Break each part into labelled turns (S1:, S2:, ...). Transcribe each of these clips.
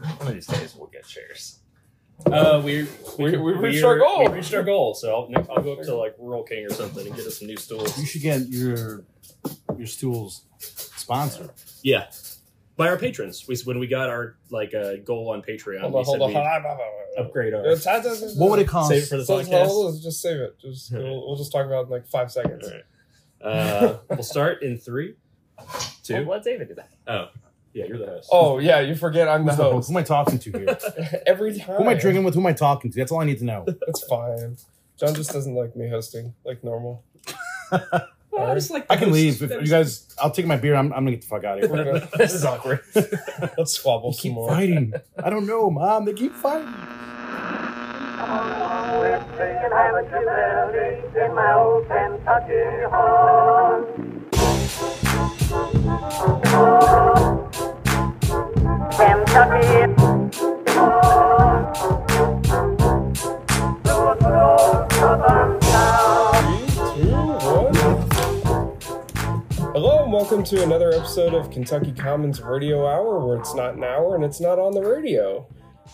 S1: of these days we'll get shares.
S2: Uh, we we
S1: We
S2: we reached
S1: are-
S2: our goal.
S1: we
S2: We reached our goal. So I'll, next, I'll go up to like Rural King or something and get us some new stools.
S3: You should get your your stools sponsored.
S2: Yeah, by our patrons. We, when we got our like uh, goal on Patreon,
S4: Hold
S2: we
S4: on, hold on,
S2: said
S4: hold on.
S2: we
S4: I'm- I'm- I'm- I'm-
S2: upgrade our.
S4: It's- it's- it's-
S3: What would it cost?
S2: Save it for the
S4: So,
S2: podcast.
S4: hold on, just save it. Just we'll, we'll just talk about it in like five seconds.
S2: Alright. Uh, we'll start in three,
S1: Well,
S2: two.
S1: let David do that.
S2: Oh, yeah, you're the host.
S4: Oh yeah, you forget I'm the
S3: Who's the host?
S4: host.
S3: Who am I talking to here?
S4: Every time.
S3: Who am I drinking with? Who am I talking to? That's all I need to know.
S4: It's fine. John just doesn't like me hosting like normal.
S2: Well, Oh, I just like the
S3: I can
S2: host.
S3: leave. If
S2: That
S3: you
S2: was-
S3: guys, I'll take my beer. I'm, I'm gonna get the fuck out of here.
S4: We're gonna,
S2: this is awkward.
S4: let's squabble some
S3: keep
S4: more.
S3: fighting. I don't know, mom. They keep fighting.
S5: And I was too early in my old Kentucky home. Kentucky home. Through good old southern town.
S4: Three, two, one. Hello and welcome to another episode of Kentucky Commons Radio Hour, where it's not an hour and it's not on the radio.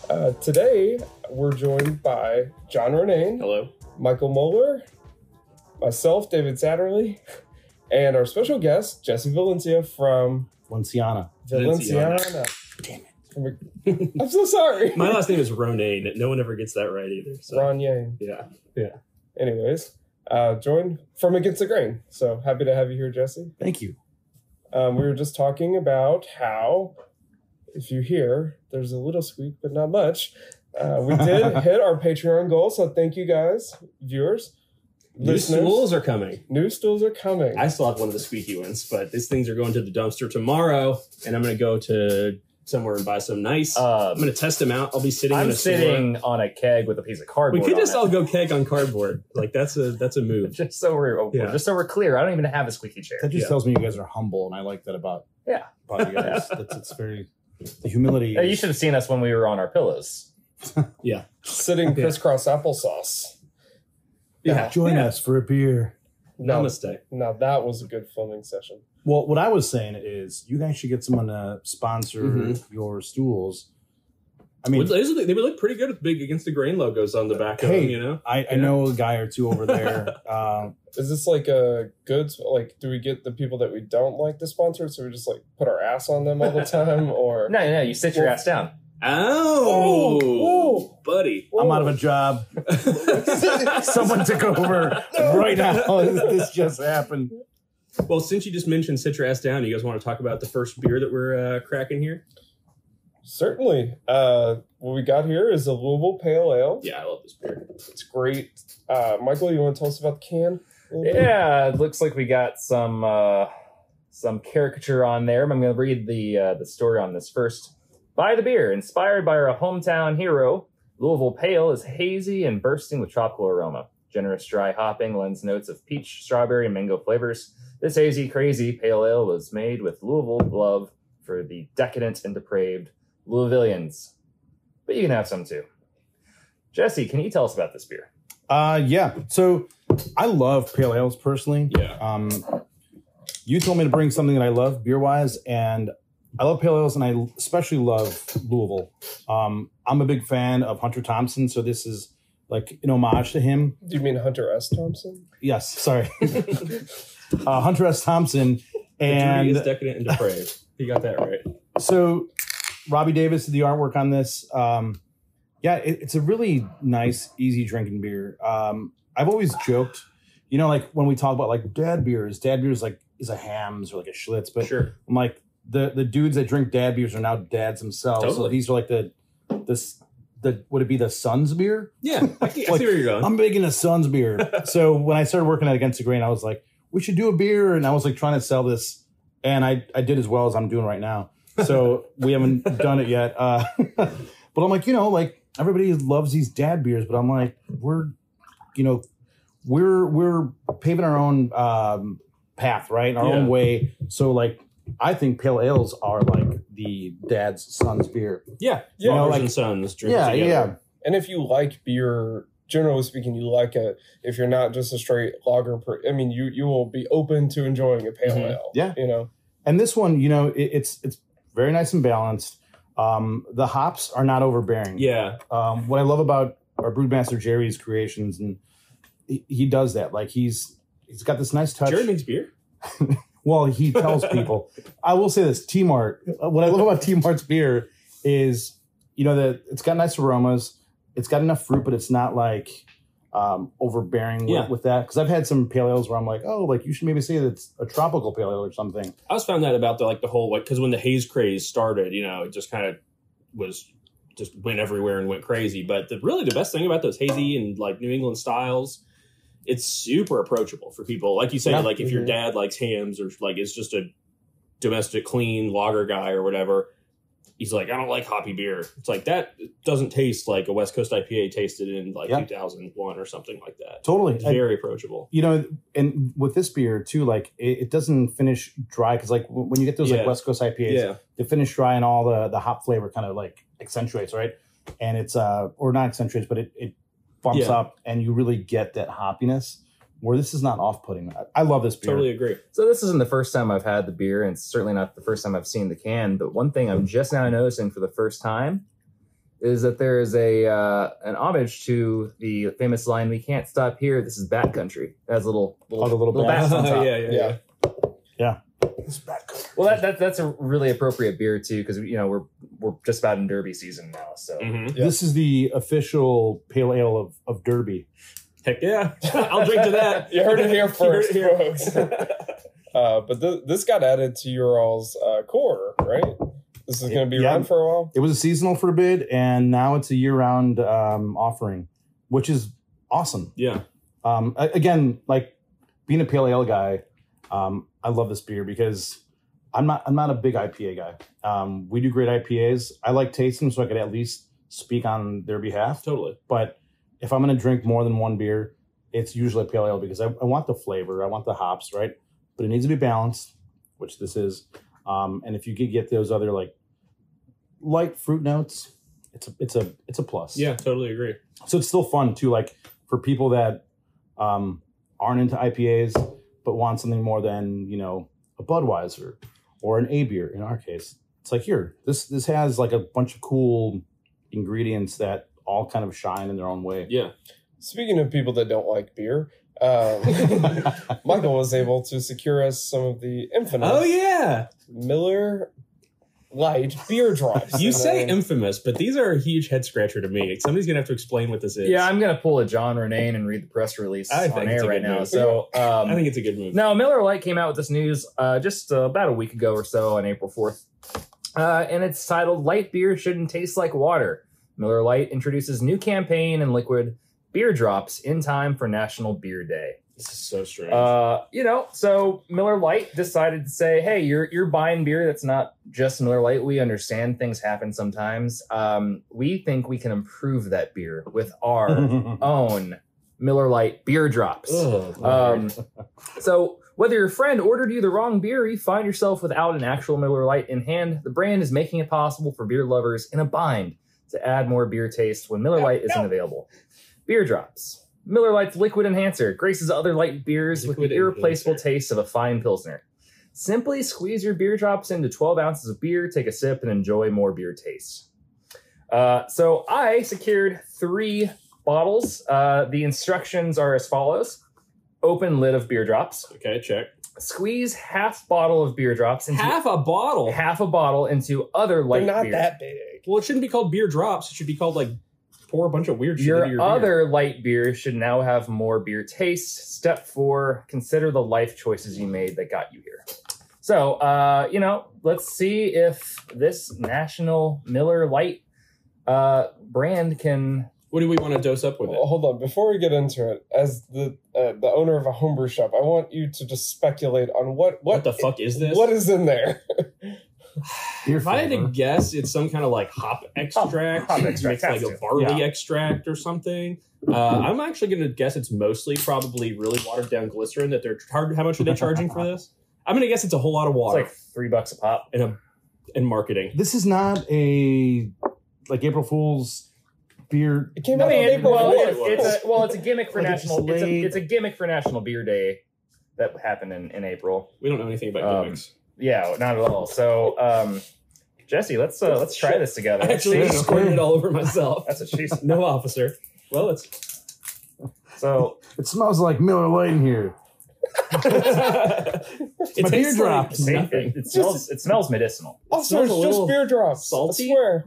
S4: Uh, today we're joined by John Renane,
S2: Hello.
S4: Michael Moeller, myself, David Satterley, and our special guest, Jesse Valencia from
S3: Lenciana.
S4: Valenciana.
S2: Valenciana.
S3: Damn
S4: Damn it. I'm so sorry.
S2: My last name is Ronane. No one ever gets that right either. So
S4: Ron Yang.
S2: yeah,
S4: Anyways, uh, joined from Against the Grain. So happy to have you here, Jesse.
S3: Thank you.
S4: Um, we were just talking about how, if you hear, there's a little squeak, but not much. Uh, we did hit our Patreon goal, so thank you guys, viewers,
S2: new
S4: listeners.
S2: stools are coming.
S4: New stools are coming.
S2: I still have one of the squeaky ones, but these things are going to the dumpster tomorrow, and I'm going to go to somewhere and buy some nice. I'm
S1: Um,
S2: going to test them out. I'll be sitting. in
S1: I'm
S2: a store.
S1: sitting on a keg with a piece of
S2: We
S1: cardboard.
S2: could
S1: on
S2: just
S1: it.
S2: all go keg on cardboard. Like that's a that's a move.
S1: just so we're oh,
S2: Yeah.
S1: just so we're clear. I don't even have a squeaky chair.
S3: That just
S2: Yeah.
S3: tells me you guys are humble, and I like that about
S1: Yeah.
S3: about you guys. That's it's very the humility.
S1: Hey, Uh, You
S3: is-
S1: should have seen us when we were on our pillows.
S2: Yeah.
S4: Sitting crisscross applesauce.
S2: Yeah,
S3: join
S2: yeah.
S3: us for a beer.
S4: Now,
S2: Namaste.
S4: now that was a good filming session.
S3: Well, what I was saying is, you guys should get someone to sponsor
S2: Mhm.
S3: your stools. I
S2: Well,
S3: mean,
S2: those are the- they would look pretty good with big against the grain logos on the back of
S3: Hey.
S2: them. You know,
S3: I, I
S2: Yeah.
S3: know a guy or two over there. um,
S4: Is this like a goods? Like, do we get the people that we don't like to sponsor? So we just like put our ass on them all the time, or
S1: No, no, you sit your ass down.
S2: oh,
S4: whoa.
S2: buddy.
S3: I'm out of a job. Someone took over right now. This just happened.
S2: Well, since you just mentioned sit your ass down, you guys want to talk about the first beer that we're uh, cracking here?
S4: Certainly. Uh, what we got here is a Louisville Pale Ale.
S2: Yeah, I love this beer.
S4: It's great. Uh, Michael, you want to tell us about the can? a little bit?
S1: Yeah, it looks like we got some uh, some caricature on there. I'm going to read the uh, the story on this first. Buy the beer, inspired by our hometown hero. Louisville Pale is hazy and bursting with tropical aroma. Generous dry hopping lends notes of peach, strawberry, and mango flavors. This hazy, crazy pale ale was made with Louisville love for the decadent and depraved Louisvillians. But you can have some too. Jesse, can you tell us about this beer?
S3: Uh, yeah. So I love pale ales personally.
S2: Yeah.
S3: Um, you told me to bring something that I love beer wise, and I love pale ales, and I especially love Louisville. Um, I'm a big fan of Hunter Thompson, so this is like an homage to him.
S4: Do you mean Hunter S. Thompson?
S3: Yes, sorry, uh, Hunter S. Thompson,
S2: Judy
S3: and
S2: is decadent and depraved. you got that right.
S3: so Robbie Davis did the artwork on this. Um, yeah, it, it's a really nice, easy drinking beer. Um, I've always joked, you know, like when we talk about like dad beers, dad beers like is a hams or like a Schlitz, but
S2: sure.
S3: I'm like the the dudes that drink dad beers are now dads themselves. So
S2: Totally.
S3: these are like the this the would it be the Suns beer?
S2: Yeah, I, can, I
S3: Like,
S2: see where you're going.
S3: I'm making a Suns beer. so when I started working at Against the Grain, I was like, we should do a beer, and I was like trying to sell this, and I I did as well as I'm doing right now. So we haven't done it yet. Uh, but I'm like, you know, like everybody loves these dad beers, but I'm like, we're, you know, we're we're paving our own um, path, right, our
S2: Yeah.
S3: own way. So like, I think pale ales are like the dad's son's beer.
S2: yeah,
S4: Yeah,
S2: Fathers
S3: like-
S2: and sons drink
S3: yeah,
S2: together.
S3: yeah.
S4: And if you like beer, generally speaking, you like it. If you're not just a straight lager, per- I mean, you you will be open to enjoying a pale
S2: Mhm.
S4: ale.
S3: Yeah.
S4: you know,
S3: And this one, you know, it, it's it's very nice and balanced. Um, the hops are not overbearing.
S2: Yeah.
S3: Um, what I love about our brewmaster Jerry's creations, and he, he does that. Like he's he's got this nice touch.
S2: Jared makes beer.
S3: Well, he tells people. I will say this: T Mart. What I love about T Mart's beer is, you know, that it's got nice aromas. It's got enough fruit, but it's not like um, overbearing
S2: Yeah.
S3: with, with that. Because I've had some pale ales where I'm like, oh, like you should maybe say that it's a tropical pale ale or something.
S2: I always found that about the like the whole like because when the haze craze started, you know, it just kind of was just went everywhere and went crazy. But the really the best thing about those hazy and like New England styles, it's super approachable for people. Like you say,
S3: Yeah.
S2: like if your
S4: Mhm.
S2: dad likes hams or like is just a domestic clean lager guy or whatever, he's like, I don't like hoppy beer. It's like that doesn't taste like a West Coast IPA tasted in like
S3: Yeah.
S2: 2001 or something like that.
S3: Totally.
S2: It's
S3: I-
S2: very approachable.
S3: you know, and with this beer too, like it, it doesn't finish dry because like w- when you get those
S2: Yeah.
S3: like West Coast IPAs, the finish dry and all the the hop flavor kind of like accentuates, right? And it's uh or not accentuates, but it it bumps
S2: Yeah.
S3: up and you really get that hoppiness. Where this is not off putting. I, I love this beer.
S2: Totally agree.
S1: So this isn't the first time I've had the beer, and it's certainly not the first time I've seen the can. But one thing I'm just now noticing for the first time is that there is a uh, an homage to the famous line, "We can't stop here. This is Bat Country." That has little little,
S3: Oh, the little
S1: bats.
S3: bats.
S1: on top.
S2: yeah, yeah, yeah.
S4: Yeah.
S1: Well, that, that that's a really appropriate beer too, because you know we're we're just about in Derby season now. So
S2: Mhm.
S3: This is the official pale ale of, of Derby.
S2: Heck yeah. I'll drink to that.
S4: You heard it here first,
S2: You heard
S4: folks. Uh, but th- this got added to your all's uh, core, right? This is going to be
S3: Yeah.
S4: around for a while.
S3: It was a seasonal for a bit, and now it's a year round um, offering, which is awesome.
S2: yeah.
S3: um, a- again, like being a pale ale guy, um, I love this beer because I'm not I'm not a big IPA guy. Um, we do great IPAs. I like tasting, so I could at least speak on their behalf.
S2: Totally.
S3: But if I'm going to drink more than one beer, it's usually pale ale because I, I want the flavor, I want the hops, right? But it needs to be balanced, which this is. Um, and if you could get those other like light fruit notes, it's a it's a it's a plus
S2: Yeah, totally agree.
S3: so it's still fun too like for people that um, aren't into ipas but want something more than you know a budweiser or an a beer in our case it's like here this this has like a bunch of cool ingredients that all kind of shine in their own way
S2: Yeah.
S4: Speaking of people that don't like beer, um, Michael was able to secure us some of the infamous
S2: Oh, yeah.
S4: Miller Light beer drops.
S2: You
S4: And
S2: say
S1: Uh,
S4: then-
S2: infamous, but these are a huge head scratcher to me. Somebody's gonna have to explain what this is.
S1: yeah, I'm gonna pull a John Renane and read the press release
S2: I
S1: on
S2: think
S1: air
S2: it's a
S1: right
S2: good
S1: now.
S2: move.
S1: So um,
S2: I think it's a good move.
S1: Now, Miller Lite came out with this news uh, just uh, about a week ago or so on April 4th. Uh, and it's titled Light Beer Shouldn't Taste Like Water. Miller Lite introduces new campaign and liquid beer drops in time for National Beer Day.
S2: This is so strange.
S1: Uh, you know, so Miller Lite decided to say, "Hey, you're you're buying beer that's not just Miller Lite. We understand things happen sometimes. Um, we think we can improve that beer with our own Miller Lite beer drops."
S2: Ugh, Lord.
S1: Um, so whether your friend ordered you the wrong beer, or you find yourself without an actual Miller Lite in hand. The brand is making it possible for beer lovers in a bind to add more beer taste when Miller Lite isn't available. Beer drops. Miller Lite's liquid enhancer graces other light beers with
S2: Liquid
S1: the irreplaceable
S2: enhancer.
S1: taste of a fine pilsner. Simply squeeze your beer drops into 12 ounces of beer, take a sip, and enjoy more beer taste. Uh, so I secured three bottles. Uh, the instructions are as follows open lid of beer drops,
S2: okay, check.
S1: squeeze half bottle of beer drops into
S2: Half a bottle.
S1: half a bottle into other
S4: they're
S1: light
S4: not
S1: beer.
S4: that big.
S2: Well, it shouldn't be called beer drops. It should be called like pour a bunch of weird shit
S1: your,
S2: into your beer.
S1: other light beer should now have more beer taste. Step four, consider the life choices you made that got you here. So, uh, you know, let's see if this National Miller Light uh, brand can.
S2: What do we want to dose up with it?
S1: Oh,
S4: Well, hold on, before we get into it, as the uh, the owner of a homebrew shop, I want you to just speculate on what
S2: What
S4: what,
S2: the fuck is this?
S4: what is in there.
S3: Beer
S2: If I had to
S3: flavor.
S2: guess, it's some kind of like hop extract,
S1: Oh, hop extract,
S2: mixed like
S1: has
S2: a
S1: to.
S2: barley extract or something. Uh, I'm actually going to guess it's mostly probably really watered down glycerin that they're char- how much are they charging for this? I'm going to guess it's a whole lot of
S1: It's
S2: water
S1: like three bucks a pop.
S2: and a, and marketing.
S3: this is not a like april fool's beer
S4: It came
S1: I
S4: out on
S1: mean, it-
S4: April
S1: well,
S4: Fool's.
S1: it's, it's a, well, it's a gimmick for
S3: Like, it's
S1: national. It's a,
S3: delayed.
S1: it's a gimmick for National Beer Day that happened in, in April.
S2: We don't know anything about
S1: Um,
S2: gimmicks.
S1: Yeah, not at all. So, um, Jesse, let's uh, let's try this together.
S2: I
S1: Let's
S2: actually
S1: see.
S2: just squirted it all over myself.
S1: that's what she said.
S2: No officer. Well, it's
S1: So
S3: It smells like Miller Lite in here.
S2: it tastes
S3: My beer drops.
S2: Like
S1: it,
S2: nothing.
S1: it smells it smells medicinal.
S4: Also,
S2: smells
S4: it's
S2: a
S4: just
S2: little
S4: beer drops.
S2: salty.
S4: I swear.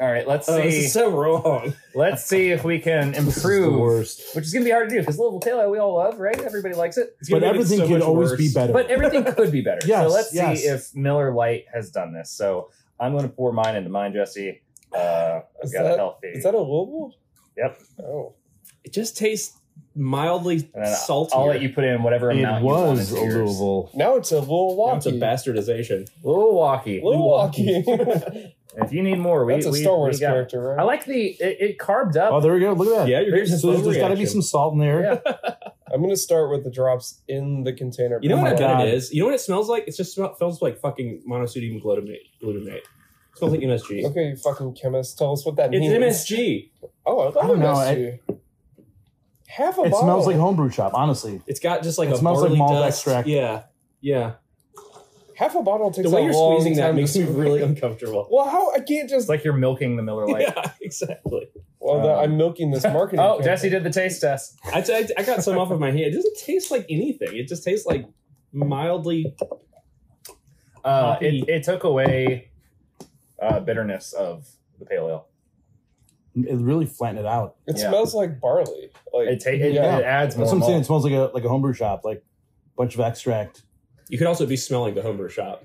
S1: All right, let's
S2: Oh, this
S1: see.
S2: is so wrong.
S1: let's see if we can
S3: This is the
S1: improve,
S3: worst.
S1: which is gonna be hard to do because Louisville Tail we all love, right? Everybody likes it,
S2: It's
S3: But
S2: gonna make it
S3: everything
S2: so
S3: could
S2: much
S3: always
S2: worse.
S3: be better.
S1: but everything could be better.
S3: Yes,
S1: so let's
S3: yes.
S1: see if Miller Lite has done this. So I'm gonna pour mine into mine, Jesse. Uh, I've
S4: Is
S1: got a
S4: that,
S1: healthy.
S4: is that a Louisville?
S1: Yep.
S4: Oh.
S2: It just tastes mildly
S1: and then I'll,
S2: salty.
S1: I'll let you put in whatever amount
S3: it was
S1: you
S3: a
S1: want. into yours.
S3: Louisville.
S4: Now it's a
S2: Now
S4: Little Walkie.
S2: It's a bastardization.
S1: Little walkie.
S4: Little Walkie.
S1: If you need more, we
S4: That's a
S1: we-
S4: Star
S1: we
S4: Wars
S1: got-
S4: character, right?
S1: I like the it, it carved up.
S3: Oh, there we go. Look at that.
S2: Yeah, you're getting
S3: So there's, there's got to be some salt in there.
S1: Yeah.
S4: I'm going to start with the drops in the container.
S2: You know
S3: Oh
S2: what
S3: my
S2: I bet
S3: God.
S2: it is? You know what it smells like? It just smell, smells like fucking monosodium glutamate. glutamate. It smells like MSG.
S4: Okay, you fucking chemist. Tell us what that
S2: It's
S4: means.
S2: MSG.
S4: Oh, I thought
S3: I don't know,
S4: MSG. Half a
S3: It
S4: bottle.
S3: smells like homebrew shop, honestly.
S2: It's got just like
S3: It
S2: a
S3: smells like
S2: barley
S3: malt
S2: dust.
S3: extract.
S2: Yeah, yeah.
S4: Half a bottle takes
S2: the way
S4: a
S2: you're
S4: long
S2: squeezing that
S4: time to
S2: makes me
S4: squeeze.
S2: really uncomfortable.
S4: Well, how I can't just
S1: It's like you're milking the Miller Lite.
S2: yeah, exactly.
S4: well, the-
S2: uh,
S1: um,
S4: I'm milking this marketing.
S1: Oh,
S4: campaign.
S1: Jesse did the taste test.
S2: I, I, I got some off of my hand. It doesn't taste like anything. It just tastes like mildly.
S1: Uh,
S2: Copy.
S1: it, it took away uh, bitterness of the pale ale.
S3: It really flattened it out.
S4: It
S1: Yeah.
S4: smells like barley. Like
S1: It, ta- it,
S4: Yeah.
S1: it adds more.
S3: That's what I'm saying. It
S1: malt.
S3: smells like a like a homebrew shop, like bunch of extract.
S2: You could also be smelling the homebrew shop.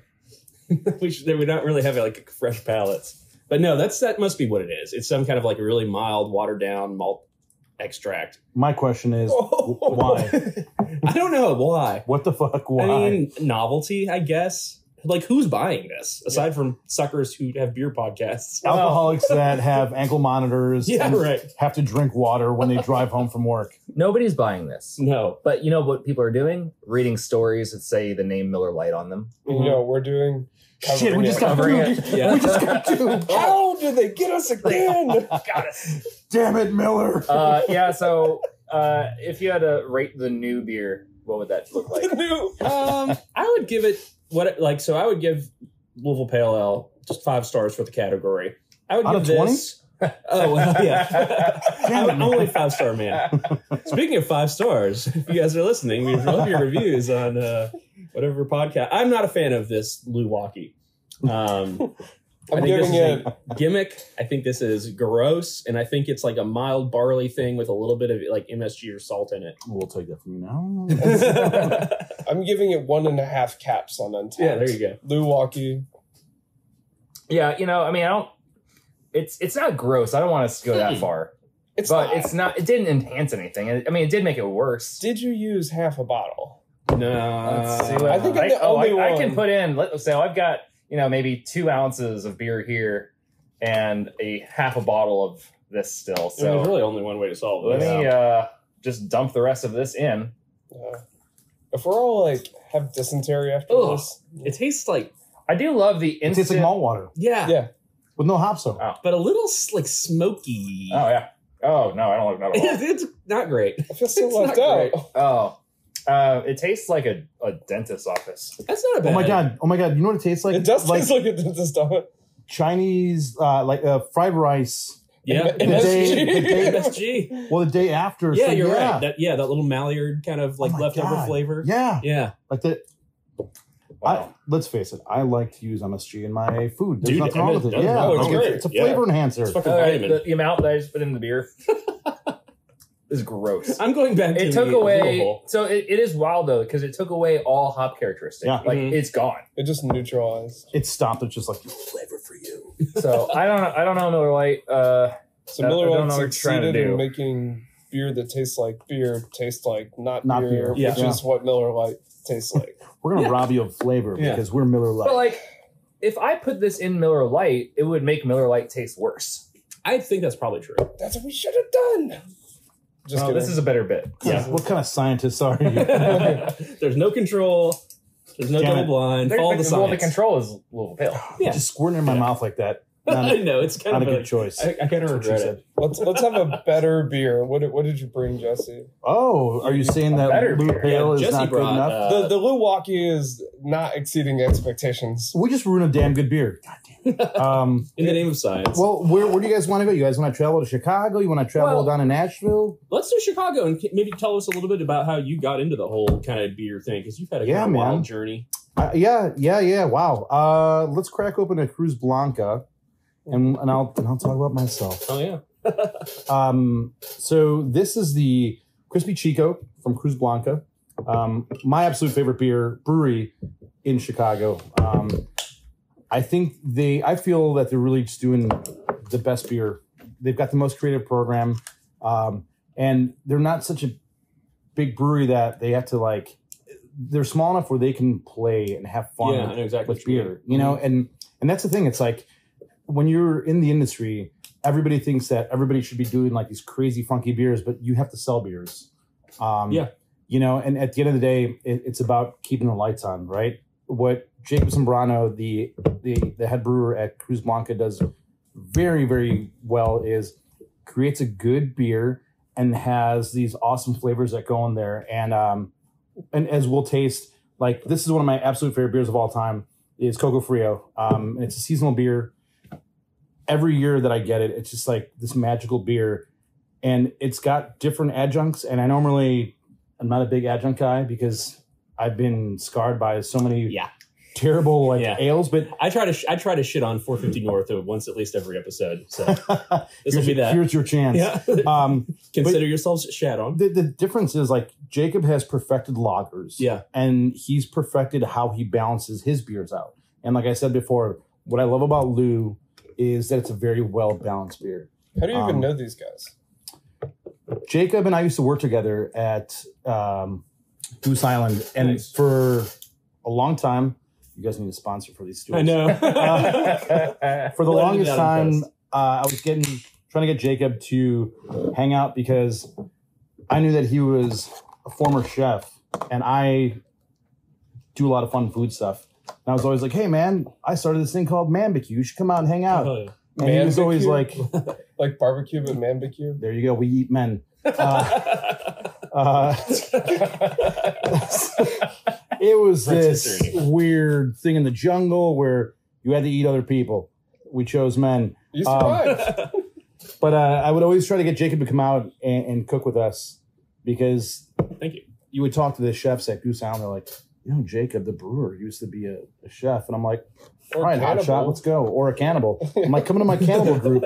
S2: we should, they would not really have like fresh palates. But no, that's that must be what it is. It's some kind of like a really mild, watered down malt extract.
S3: My question is,
S2: Oh.
S3: why?
S2: I don't know why.
S3: What the fuck? Why?
S2: I mean, novelty, I guess. Like, who's buying this aside from suckers who have beer podcasts?
S3: Alcoholics that have ankle monitors
S2: Yeah,
S3: and
S2: right.
S3: have to drink water when they drive home from work.
S1: Nobody's buying this.
S2: No,
S1: But you know what people are doing? Reading stories that say the name Miller Lite on them.
S4: you know, we're doing.
S3: Shit, we just got
S1: Covering
S3: two.
S1: it.
S2: Yeah.
S3: We just got two.
S4: How do they get us again?
S3: Damn it, Miller.
S1: Uh, yeah, so uh, if you had to rate the new beer, what would that look like?
S4: New-
S2: um, I would give it what it- like. So I would give Louisville Pale Ale just five stars for the category. I would
S3: Out
S2: give
S3: of 20?
S2: this. Oh well, yeah.
S3: Damn
S2: I'm
S3: it.
S2: only a five star man. Speaking of five stars, if you guys are listening, we love your reviews on uh, whatever podcast. I'm not a fan of this Luwaki. Um, I
S4: I'm
S2: think this
S4: giving
S2: is
S4: it.
S2: a gimmick. I think this is gross, and I think it's like a mild barley thing with a little bit of like MSG or salt in it.
S3: We'll take that from you now.
S4: I'm giving it one and a half caps on untapped.
S2: yeah, there you go.
S4: Lou Walkie.
S1: Yeah, you know, I mean, I don't. It's it's not gross. I don't want us to go that
S2: Hmm.
S1: far,
S4: It's
S1: but
S4: not-
S1: it's not. It didn't enhance anything. I- I mean, it did make it worse.
S4: Did you use half a bottle?
S2: No,
S1: Let's see what-
S4: I think I'm the
S1: Uh, oh,
S4: only
S1: I, I
S4: one.
S1: can put in. Let, so I've got you know maybe two ounces of beer here and a half a bottle of this still.
S2: I mean, there's
S1: So
S2: really only one way to solve
S1: let
S2: this.
S1: me uh, just dump the rest of this in.
S4: Yeah. Uh, If we're all like have dysentery after
S2: Ugh.
S4: this,
S2: It tastes like
S1: I do love the
S3: It
S1: instant.
S3: tastes like malt water
S2: yeah,
S4: Yeah.
S3: with no hops though.
S1: Oh.
S2: but a little s- like smoky.
S1: oh yeah. Oh no, I don't like that at
S2: it's not great.
S4: I feel so
S2: It's
S4: left
S2: not
S4: out.
S2: great.
S1: all. oh, uh, it tastes like a, a dentist's office.
S2: That's not a bad.
S3: Oh my god! Oh my god! You know what it tastes like?
S4: it does
S3: like
S4: taste like a dentist stomach.
S3: Chinese, uh, like uh, fried rice.
S2: Yeah,
S4: And
S3: the
S2: MSG.
S3: day- the day-
S2: MSG.
S3: Well, the day after.
S2: Yeah,
S3: so
S2: you're right. That yeah, that little Maillard kind of like
S3: Oh my
S2: leftover
S3: God.
S2: flavor.
S3: yeah,
S2: Yeah.
S3: like the. I,
S1: Wow. Uh,
S3: let's face it. I like to use MSG in my food. There's
S2: Dude,
S3: nothing wrong with it.
S2: MSG does
S3: Yeah,
S2: well.
S4: It's
S3: it's,
S4: great.
S3: it's a
S2: Yeah.
S3: flavor enhancer.
S2: It's fucking
S1: All right,
S2: vitamin.
S1: the, the amount that I just put in the beer is gross.
S2: I'm going back to
S1: it took
S2: the
S1: away
S2: Louisville.
S1: so it, it is wild though because it took away all hop characteristics
S3: Yeah.
S1: like
S4: Mm-hmm.
S2: Mhm.
S1: it's gone
S4: It just neutralized.
S3: It stopped. It's just like no flavor for you.
S1: so i don't know i don't know miller lite uh
S4: So
S1: I- I
S4: Miller
S1: don't know
S4: Lite
S1: what you're trying to
S4: succeeded
S1: do.
S4: in making beer that tastes like beer taste like not,
S3: Not beer.
S4: beer, which
S2: Yeah.
S4: is what Miller Lite tastes like.
S3: We're gonna
S2: Yeah.
S3: rob you of flavor
S4: Yeah.
S3: because we're Miller Lite.
S1: but like if i put this in miller lite it would make miller lite taste worse
S2: I think that's probably true.
S4: That's what we should have done. Just
S1: No,
S4: kidding.
S1: this is a better bit
S3: yeah. What kind of scientists are you?
S2: There's no control. There's no
S3: Damn it.
S2: double blind.
S1: There-
S2: Follow the
S1: well the
S2: science.
S1: control is louisville pale
S2: Yeah.
S3: Just squirting in my mouth like that.
S2: I
S3: Not a,
S2: know it's kind
S3: not a
S2: of
S3: good
S2: like,
S3: choice.
S6: I, I kind of
S3: That's what she
S6: regret
S3: said.
S6: it.
S4: Let's let's have a better beer. What did- what did you bring, Jesse?
S3: Oh, are you saying
S1: better
S3: that blue
S1: beer.
S3: pale
S2: Yeah,
S3: is
S2: Jesse
S3: not
S2: brought,
S3: good enough?
S2: uh,
S4: the the Milwaukee is not exceeding expectations.
S3: we just ruined a damn good beer. God damn it. Um,
S2: in the name of science.
S3: well, where, where do you guys want to go? You guys want to travel to Chicago? You want to travel
S2: Well-
S3: down to Nashville?
S2: Let's do Chicago and maybe tell us a little bit about how you got into the whole kind of beer thing because you've had a
S3: Yeah,
S2: kind of
S3: man.
S2: wild journey.
S3: Uh, yeah, yeah, yeah. Wow. Uh, let's crack open a Cruz Blanca, and and I'll and I'll talk about myself.
S2: Oh yeah,
S3: Um, so this is the Crispy Chico from Cruz Blanca. Um, my absolute favorite beer brewery in Chicago. Um, I think they, I feel that they're really just doing the best beer. They've got the most creative program, um, and they're not such a big brewery that they have to like. They're small enough where they can play and have fun
S2: yeah, I know exactly. Mm-hmm.
S3: with
S2: what you mean.
S3: beer, you know, and and that's the thing. It's like when you're in the industry, everybody thinks that everybody should be doing like these crazy funky beers, but you have to sell beers. Um,
S2: Yeah.
S3: you know, and at the end of the day, it, it's about keeping the lights on, right? What Jacob Sombrano, the the the head brewer at Cruz Blanca, does very very well is creates a good beer and has these awesome flavors that go in there, and um, and as we'll taste, like this is one of my absolute favorite beers of all time is Coco Frio. Um, and it's a seasonal beer. Every year that I get it, it's just like this magical beer, and it's got different adjuncts. And I normally I'm not a big adjunct guy because I've been scarred by so many
S2: Yeah.
S3: terrible like
S2: Yeah.
S3: ales, but
S2: I try to sh- I try to shit on 450 North uh, once at least every episode. So this will
S3: here's,
S2: be that.
S3: here's your chance.
S2: Yeah,
S3: Um,
S2: consider yourselves shat on.
S3: the, the difference is like Jacob has perfected lagers.
S2: Yeah.
S3: And he's perfected how he balances his beers out. And like I said before, what I love about Lou is that it's a very well balanced beer.
S4: How do you even
S3: Um,
S4: know these guys?
S3: Jacob and I used to work together at um, Goose Island, and
S2: Nice.
S3: for a long time, you guys need a sponsor for these stools.
S2: I know.
S3: Uh, For the
S2: Well, I did
S3: longest
S2: that on
S3: time,
S2: purpose.
S3: uh, I was getting trying to get Jacob to hang out because I knew that he was a former chef, and I do a lot of fun food stuff. And I was always like, "Hey, man, I started this thing called Manbicu. You should come out and hang out."
S2: Oh, yeah.
S3: and he was always like,
S4: Man-bicu? Like barbecue but man barbecue.
S3: "There you go. We eat men." Uh, uh, it
S2: That's
S3: was this
S2: history.
S3: weird thing in the jungle where you had to eat other people. We chose men,
S4: You
S3: Um,
S4: survived.
S3: but uh, I would always try to get Jacob to come out and, and cook with us because
S2: Thank you.
S3: you would talk to the chefs at Goose Island. They're like, you know, Jacob, the brewer, used to be a, a chef, and I'm like, all
S4: Or
S3: right, hot
S4: cannibal.
S3: shot, let's go, or a cannibal. I'm like, coming to my cannibal group,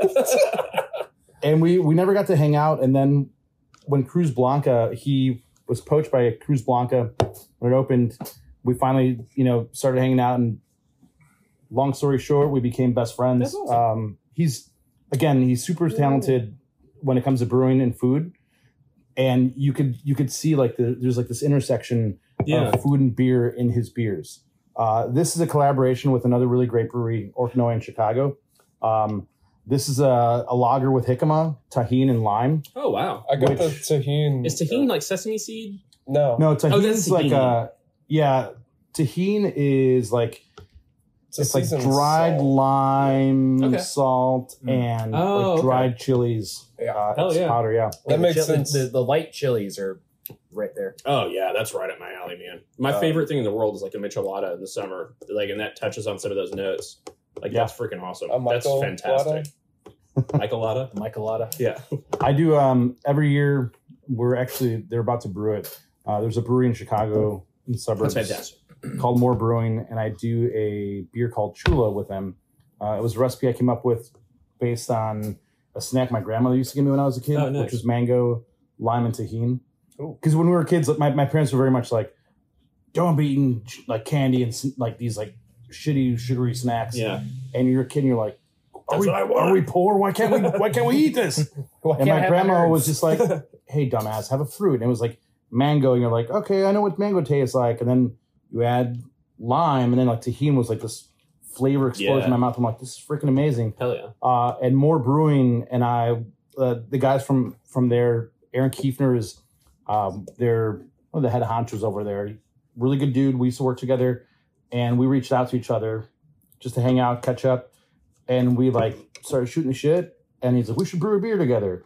S3: and we we never got to hang out. And then when Cruz Blanca, he was poached by Cruz Blanca when it opened. We finally, you know, started hanging out, and long story short, we became best friends.
S2: That's awesome.
S3: um, he's again, he's super talented when it comes to brewing and food, and you could you could see like the, there's like this intersection
S2: Yeah.
S3: of food and beer in his beers. Uh, this is a collaboration with another really great brewery, Orkanoy in Chicago. Um, this is a, a lager with jicama, tahine, and lime.
S2: Oh wow.
S4: I got the
S3: which-
S4: tahine.
S2: Is tahini like sesame seed?
S4: No,
S3: No, tahine
S2: Oh, that's
S3: is like
S2: tahini.
S3: a yeah. Tahine is like
S4: it's, a
S3: it's like
S4: seasoned
S3: dried
S4: salt.
S3: lime,
S2: Okay.
S3: salt,
S1: Mm.
S3: and
S2: Oh,
S3: like
S2: okay.
S3: dried chilies.
S4: Yeah.
S3: Uh,
S2: Hell
S3: it's
S2: yeah.
S3: powder, yeah.
S4: That makes
S1: the, chili-
S4: sense.
S1: The, the light chilies are right there.
S2: Oh yeah, that's right up my alley, man. My
S3: Um,
S1: Uh,
S2: favorite thing in the world is like a michelada in the summer, like, and that touches on some of those notes. Like
S3: Yeah.
S2: that's freaking awesome.
S4: A
S2: that's
S4: Michaelada?
S2: fantastic. Michelada.
S1: The Michelada.
S2: Yeah.
S3: I do um every year we're actually they're about to brew it. Uh, there's a brewery in Chicago in the
S2: That's
S3: suburbs.
S2: fantastic.
S3: called More Brewing, and I do a beer called Chula with them. Uh, it was a recipe I came up with based on a snack my grandmother used to give me when I was a kid,
S2: Oh, nice.
S3: which was mango, lime, and tahine.
S1: Ooh.
S3: Because when we were kids, like, my, my parents were very much like, don't be eating sh- like candy and s- like these like shitty sugary snacks.
S2: Yeah.
S3: And you're a kid, and you're like, are
S2: That's
S3: we,
S2: what I want.
S3: are we poor? Why can't we? Why can't we eat this? and my grandma was just like, "Hey, dumbass, have a fruit." And it was like mango, and you're like, "Okay, I know what mango tastes like." And then you add lime, and then like tahini was like this flavor explosion in
S2: Yeah.
S3: my mouth. I'm like, "This is freaking amazing."
S2: Hell yeah.
S3: Uh, and more brewing, and I, uh, the guys from from there, Aaron Kiefner is, um, their one of the head honchos over there. Really good dude. We used to work together, and we reached out to each other just to hang out, catch up. and we like started shooting the shit. And he's like, we should brew a beer together.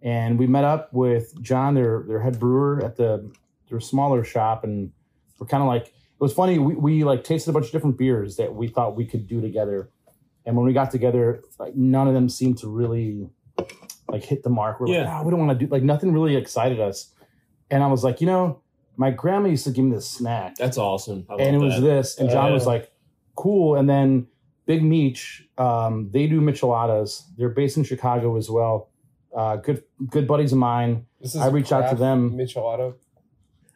S3: And we met up with John, their their head brewer at the their smaller shop, and we're kind of like it was funny. We, we like tasted a bunch of different beers that we thought we could do together. And when we got together, like none of them seemed to really like hit the mark. We're like,
S2: Yeah.
S3: ah, we don't want to do like nothing really excited us. And I was like, you know, my grandma used to give me this snack
S2: That's awesome. I love
S3: and it was
S2: that.
S3: this. And John was
S2: Yeah.
S3: like, cool. And then Big Meech, um, they do micheladas. They're based in Chicago as well. Uh, good good buddies of mine.
S4: This is
S3: I reached out to
S4: craft
S3: them.
S4: Michelada.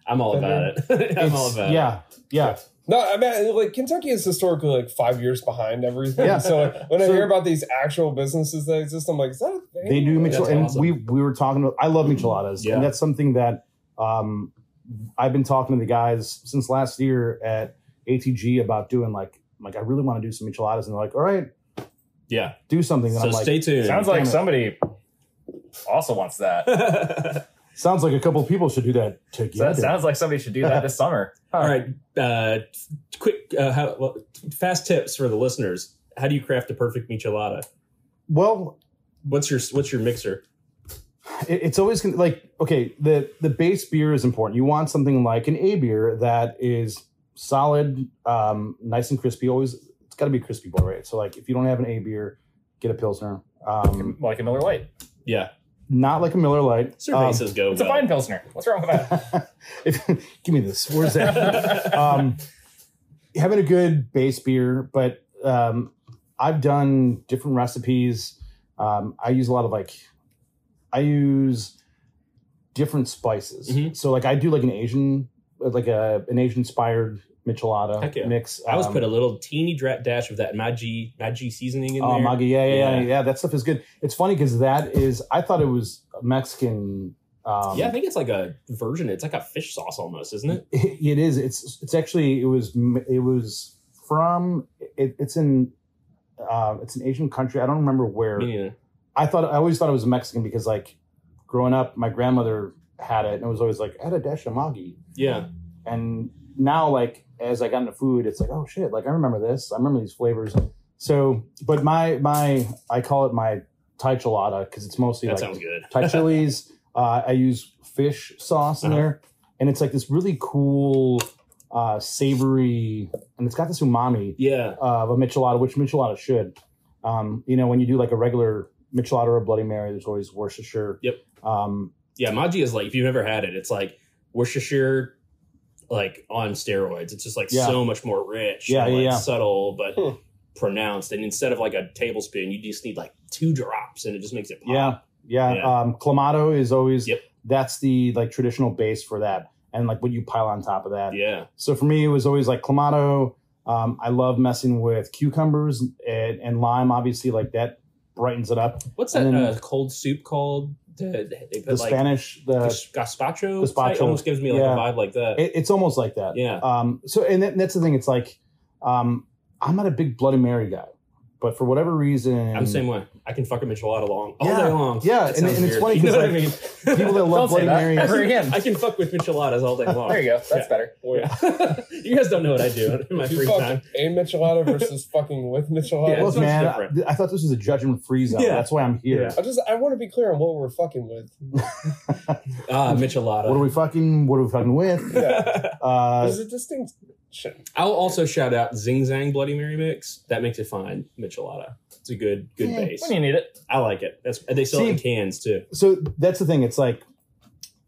S2: I'm all about it. I'm all
S3: It's-
S2: about it.
S3: yeah, yeah.
S4: No, I mean, like Kentucky is historically like five years behind everything.
S3: Yeah.
S4: So like, when I
S3: So-
S4: hear about these actual businesses that exist, I'm like, is that a thing?
S3: They do
S2: That's
S3: micheladas. And
S2: awesome.
S3: we we were talking about. I love micheladas,
S2: Yeah.
S3: and that's something that um, I've been talking to the guys since last year at ATG about doing. Like, I'm like I really want to do some micheladas, and they're like, all right,
S2: Yeah.
S3: do something. And
S2: So
S3: I'm like,
S2: stay tuned.
S1: Sounds
S3: Damn
S1: like
S3: it.
S1: somebody also wants that.
S3: sounds like a couple of people should do that
S1: So that
S3: together.
S1: sounds like somebody should do that this summer.
S2: all right. Uh, quick, uh, how, well, fast tips for the listeners. How do you craft the perfect michelada?
S3: well,
S2: What's your What's your mixer?
S3: it, it's always gonna, like okay the the base beer is important you want something like an a beer that is solid um nice and crispy always it's got to be a crispy boy right so like if you don't have an a beer get a pilsner um
S1: Like a Miller Lite.
S2: Yeah,
S3: not like a miller Um, light
S2: cervezas go.
S1: It's a fine Pilsner. What's wrong with that?
S3: if, give me this where's
S2: fine.
S3: that um, having a good base beer, but um, I've done different recipes. Um, I use a lot of like, I use different spices.
S2: Mhm.
S3: So like I do like an Asian, like a an Asian inspired michelada
S2: Heck yeah.
S3: mix.
S2: I always
S3: Um,
S2: put a little teeny dra- dash of that Maggi Maggi seasoning in
S3: Oh,
S2: there.
S3: Maggi, yeah, yeah, yeah,
S2: Yeah.
S3: yeah, That stuff is good. It's funny because that is. I thought it was Mexican. Um,
S2: yeah, I think it's like a version. It's like a fish sauce almost, isn't it?
S3: it is. It's it's actually it was it was from it, it's in uh, it's an Asian country. I don't remember where.
S2: Me neither.
S3: I thought I always thought it was Mexican because like growing up, my grandmother had it and it was always like add a dash of Maggi.
S2: Yeah,
S3: And now like as I got into food, it's like oh shit, like I remember this. I remember these flavors. So, but my my I call it my Thai chalada because it's mostly
S2: that
S3: like
S2: sounds good.
S3: Thai chilies. Uh, I use fish sauce in
S2: Uh-huh.
S3: there, and it's like this really cool, uh, savory, and it's got this umami
S2: yeah,
S3: of a michelada, which michelada should. Um, you know, when you do like a regular michelada or a Bloody Mary, there's always Worcestershire.
S2: Yep.
S3: Um,
S2: yeah. Maggi is like if you've ever had it, it's like Worcestershire, like on steroids. It's just like
S3: Yeah.
S2: so much more rich,
S3: Yeah,
S2: and,
S3: yeah,
S2: like,
S3: yeah.
S2: subtle but
S4: Hmm.
S2: pronounced. And instead of like a tablespoon, you just need like two drops, and it just makes it. Pop.
S3: yeah, uh, yeah.
S2: Yeah.
S3: Um, clamato is always
S2: Yep.
S3: that's the like traditional base for that, and like what you pile on top of that.
S2: yeah,
S3: So for me, it was always like clamato. Um, I love messing with cucumbers and, and lime. Obviously, like that brightens it up.
S2: What's that
S3: And then-
S2: uh, cold soup called? The, they put
S3: The
S2: like
S3: Spanish, the
S2: gas- gazpacho.
S3: gazpacho.
S2: It almost gives me like
S3: Yeah.
S2: a vibe like that.
S3: it, it's almost like that.
S2: yeah,
S3: Um, so and that, that's the thing. It's like um, I'm not a big Bloody Mary guy, but for whatever reason,
S2: I'm the same way. I can fuck a michelada long all
S3: Yeah.
S2: day long.
S3: Yeah,
S2: That
S3: and-
S2: sounds
S3: and it's
S2: weird.
S3: funny
S2: You know
S3: 'cause,
S2: what I
S3: like,
S2: mean?
S3: people that
S1: Don't
S3: love
S1: say
S3: Bloody
S1: that
S3: Mary.
S1: ever again.
S2: I can fuck with micheladas all day long.
S1: There you go. That's
S2: Yeah.
S1: better.
S4: Wait,
S2: you guys don't know what I do in my
S4: you
S2: free
S4: fuck
S2: time.
S4: a michelada versus fucking with michelada.
S2: Yeah,
S3: Look,
S2: it's much
S3: man, I,
S2: different.
S3: I thought this was a judgment free zone.
S2: Yeah.
S3: That's why I'm here.
S2: Yeah.
S4: I just I want to be clear on what we're fucking with.
S2: Ah, michelada.
S3: What are we fucking? What are we fucking with? Uh,
S4: There's a distinction.
S2: I'll also shout out Zing Zang Bloody Mary mix. That makes it fine. Michelada. It's a good, good
S3: Yeah.
S2: base.
S1: When you need it.
S2: I like it. That's and they sell it in
S3: See-
S2: cans too.
S3: so that's the thing. It's like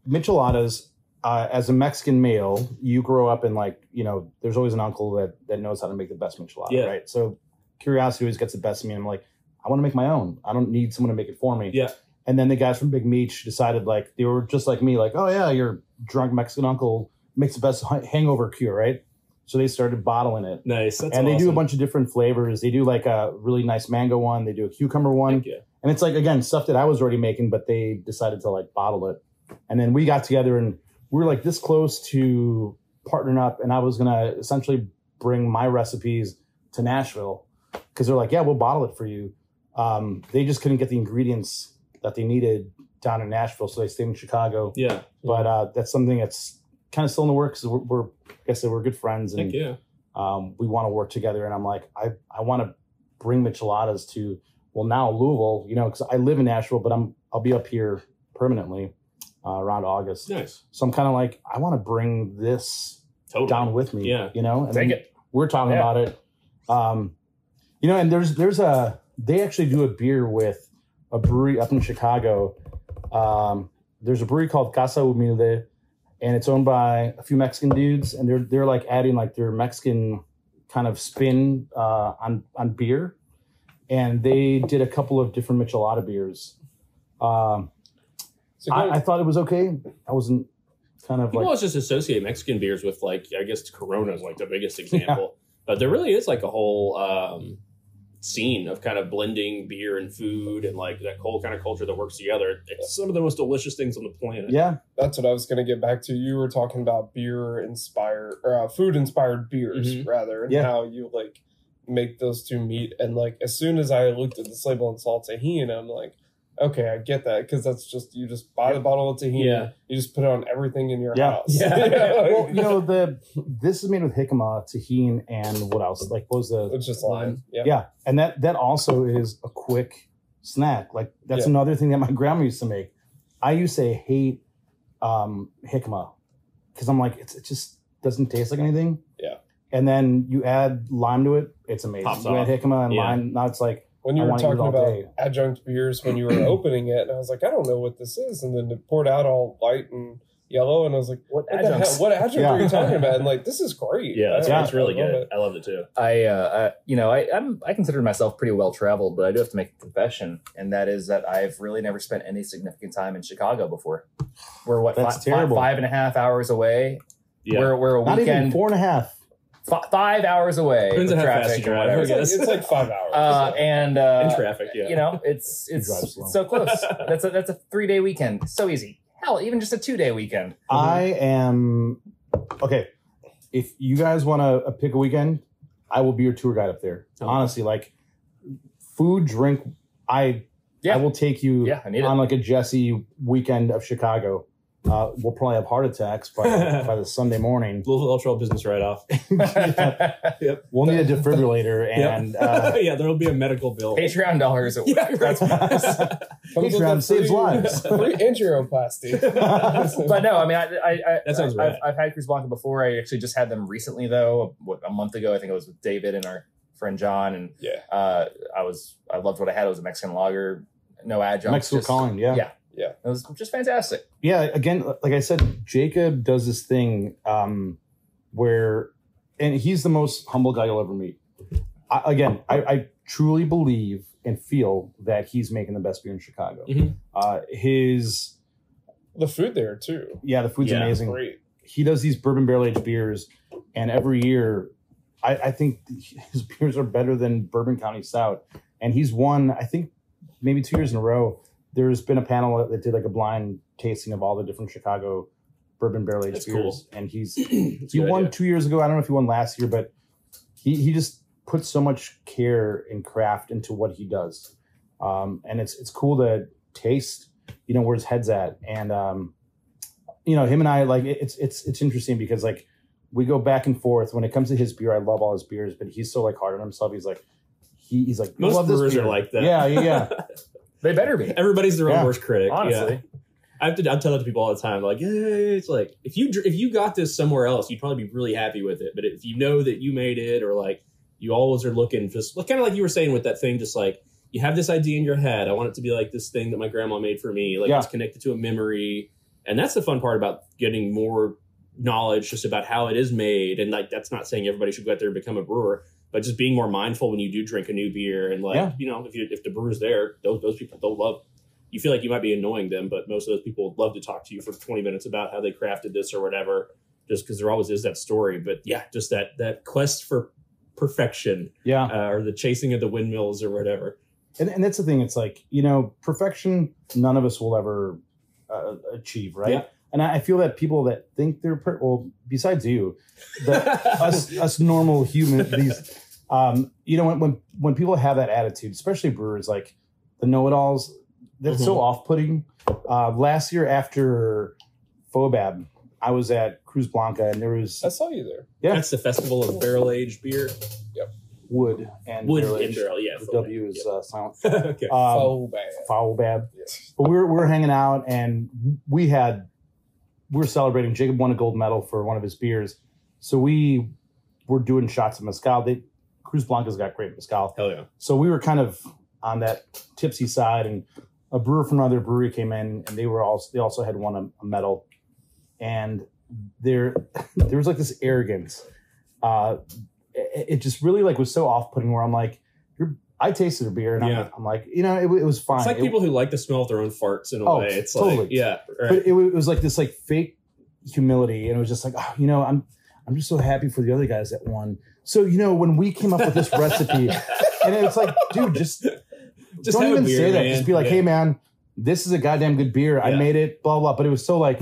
S3: micheladas. Uh, as a Mexican male, you grow up in like you know. There's always an uncle that that knows how to make the best michelada,
S2: Yeah.
S3: right? So curiosity always gets the best of me. and I'm like, I want to make my own. I don't need someone to make it for me.
S2: Yeah.
S3: And then the guys from Big Meech decided like they were just like me, like, oh yeah, your drunk Mexican uncle makes the best hu- hangover cure, right? So they started bottling it,
S2: Nice. That's
S3: and they do a
S2: awesome.
S3: bunch of different flavors. They do like a really nice mango one. They do a cucumber one.
S2: Heck yeah.
S3: And it's like again stuff that I was already making, but they decided to like bottle it. And then we got together and we were like this close to partnering up, and I was gonna essentially bring my recipes to Nashville because they're like, yeah, we'll bottle it for you. Um, they just couldn't get the ingredients that they needed down in Nashville, so they stayed in Chicago.
S2: Yeah.
S3: But uh, that's something that's kind of still in the works. We're, we're like I said, we're good friends,
S2: Heck
S3: and
S2: yeah.
S3: um, we want to work together. And I'm like, I I want to bring micheladas to well now Louisville, you know, because I live in Nashville, but I'm I'll be up here permanently uh, around August.
S2: Nice.
S3: So I'm kind of like I want to bring this
S2: Totally.
S3: down with me.
S2: Yeah.
S3: you know, and
S1: Take
S3: then
S1: it.
S3: we're talking
S1: Yeah.
S3: about it. Um, you know, and there's there's a they actually do a beer with a brewery up in Chicago. Um, there's a brewery called Casa Humilde, and it's owned by a few Mexican dudes, and they're they're like adding like their Mexican kind of spin uh, on on beer, and they did a couple of different Michelada beers. Um,
S4: So
S3: I,
S4: good.
S3: I thought it was okay. I wasn't kind of
S2: People
S3: like
S2: always just associate Mexican beers with like I guess Corona is like the biggest example, but there really is like a whole um, scene of kind of blending beer and food and like that whole kind of culture that works together. It's some of the most delicious things on the planet.
S3: yeah.
S4: That's what I was going to get back to. You were talking about beer inspired, or uh, food inspired beers,
S2: Mhm.
S4: rather, and
S3: Yeah.
S4: how you like make those two meet. And like, as soon as I looked at this label on salt tahini, I'm like, okay, I get that because that's just you just buy the bottle of tahini,
S2: Yeah.
S4: you just put it on everything in your
S3: Yeah.
S4: house.
S2: Yeah.
S4: like,
S3: well, you know the this is made with jicama, tahine, and what else? Like what was the
S4: it's just lime. Yeah.
S3: yeah? And that that also is a quick snack. Like that's
S4: Yeah.
S3: another thing that my grandma used to make. I used to hate um jicama because I'm like it's, it just doesn't taste like anything.
S4: Yeah.
S3: And then you add lime to it, it's amazing.
S2: Pops
S3: you add
S2: off.
S3: jicama and
S2: Yeah.
S3: lime, now it's like
S4: When you
S3: I
S4: were
S3: wanna eat
S4: talking
S3: all
S4: about
S3: day.
S4: adjunct beers when you were opening it, and I was like, I don't know what this is, and then it poured out all white and yellow, and I was like, what, the hell? What adjunct are you
S3: Yeah.
S4: talking about? And like, this is great.
S2: Yeah, that's,
S4: I-
S2: that's really
S4: I love
S2: good.
S4: it.
S2: I loved it too.
S1: I, uh, I you know, I, I'm I consider myself pretty well traveled, but I do have to make a confession, and that is that I've really never spent any significant time in Chicago before. We're what
S3: That's
S1: fi- fi-
S3: terrible.
S1: five and a half hours away.
S2: Yeah.
S1: We're we're a
S3: not even
S1: weekend
S3: four and a half.
S1: fi- five hours away.
S2: Depends on
S1: with
S2: how fast
S1: traffic
S2: you
S1: or whatever.
S2: drive, I
S4: It's like,
S2: guess.
S4: it's like five hours.
S1: Uh, and uh,
S2: in traffic, yeah.
S1: you know, it's it's,
S3: drive slow.
S1: it's so close. that's a that's a three day weekend. So easy. Hell, even just a two day weekend.
S3: I am okay. If you guys want to pick a weekend, I will be your tour guide up there.
S2: Oh.
S3: Honestly, like food, drink, I
S1: Yeah.
S3: I will take you
S1: Yeah, I need it.
S3: on like a Jesse weekend of Chicago. Uh, we'll probably have heart attacks by, by the Sunday morning.
S2: Louisville Ultra business write off.
S3: We'll need a defibrillator and uh,
S2: yeah, there'll be a medical bill.
S1: Patreon dollars. At
S2: Yeah, right.
S1: That's
S4: Comes with
S3: Patreon
S4: a
S3: saves
S4: free-
S3: lives.
S4: free angioplasty.
S1: but no, I mean, I, I, I
S2: That sounds
S1: I've,
S2: rad.
S1: I've had Cruz Blanca before. I actually just had them recently, though. What, a month ago, I think it was with David and our friend John, and
S4: Yeah.
S1: uh, I was I loved what I had. It was a Mexican lager, no adjunct.
S3: Mexico
S1: just-
S3: calling. Yeah.
S1: yeah.
S3: yeah,
S1: It was just fantastic.
S3: Again, like I said, Jacob does this thing um, where, and he's the most humble guy you'll ever meet. I, again, I, I truly believe and feel that he's making the best beer in Chicago.
S2: Mhm.
S3: Uh, his
S4: the food there too.
S3: yeah, the food's
S2: Yeah,
S3: amazing.
S4: Great.
S3: he does these bourbon barrel aged beers, and every year, I, I think his beers are better than Bourbon County Stout, and he's won I think maybe two years in a row. There's been a panel that did like a blind tasting of all the different Chicago bourbon barrel aged
S2: That's
S3: beers, and he's
S2: It's a
S3: he
S2: good
S3: won
S2: idea.
S3: two years ago. I don't know if he won last year, but he he just puts so much care and craft into what he does, um, and it's it's cool to taste, you know, where his head's at, and um, you know, him and I like it- it's it's it's interesting because like we go back and forth when it comes to his beer. I love all his beers, but he's so like hard on himself. He's like he, he's like
S2: Most
S3: love this
S2: brewers are
S3: beer."
S2: like that.
S3: Yeah, yeah, yeah.
S1: They better be.
S2: Everybody's their own
S3: Yeah.
S2: worst critic. yeah.
S1: Honestly,
S2: I have to. I tell that to people all the time. Like, "Yeah, it's like if you dr- if you got this somewhere else, you'd probably be really happy with it. But if you know that you made it, or like you always are looking just well, kind of like you were saying with that thing, just like you have this idea in your head. I want it to be like this thing that my grandma made for me. Like
S3: Yeah.
S2: it's connected to a memory, and that's the fun part about getting more knowledge just about how it is made. And like that's not saying everybody should go out there and become a brewer. But just being more mindful when you do drink a new beer, and like
S3: Yeah.
S2: you know, if you if the brewer's there, those those people they'll love you feel like you might be annoying them, but most of those people would love to talk to you for 20 minutes about how they crafted this or whatever, just because there always is that story. But yeah, just that that quest for perfection
S3: yeah.
S2: uh, or the chasing of the windmills or whatever.
S3: and, and that's the thing it's like you know perfection none of us will ever uh, achieve right
S2: Yeah.
S3: and I, I feel that people that think they're per- well besides you that us us normal human these um you know when when, when people have that attitude especially brewers like the know-it-alls that's
S2: Mm-hmm.
S3: so off-putting uh last year after fobab i was at cruz blanca and there was
S4: I saw you there.
S3: Yeah.
S2: That's the festival of barrel aged beer.
S3: Wood and
S2: Wood
S3: Barrel
S2: and
S3: Age.
S2: barrel, yeah.
S3: The
S2: full
S3: W
S2: name,
S3: is
S2: yeah.
S3: uh, silent.
S2: okay.
S3: Um,
S4: so bad.
S3: foul bab.
S4: Yeah.
S3: But we were, we were hanging out and we had we were celebrating. Jacob won a gold medal for one of his beers, so we were doing shots of mezcal. They, Cruz Blanca's got great mezcal,
S2: Hell yeah.
S3: so we were kind of on that tipsy side. And a brewer from another brewery came in, and they were also they also had won a, a medal, and there there was like this arrogance. Uh, it, it just really like was so off putting. Where I'm like, you're, I tasted a beer, and
S2: Yeah.
S3: I'm, I'm like, you know, it, wa- it was fine.
S2: It's like
S3: It-
S2: people who like the smell of their own farts in a
S3: Oh,
S2: way. It's like
S3: totally.
S2: yeah. Right.
S3: but it, wa- it was like this like fake humility and it was just like oh you know i'm i'm just so happy for the other guys that won so you know when we came up with this recipe and it's like dude just,
S2: Just
S3: don't
S2: have a
S3: even
S2: beer,
S3: say that
S2: man.
S3: just be like
S2: Yeah.
S3: hey man this is a goddamn good beer i
S2: Yeah.
S3: made it blah blah but it was so like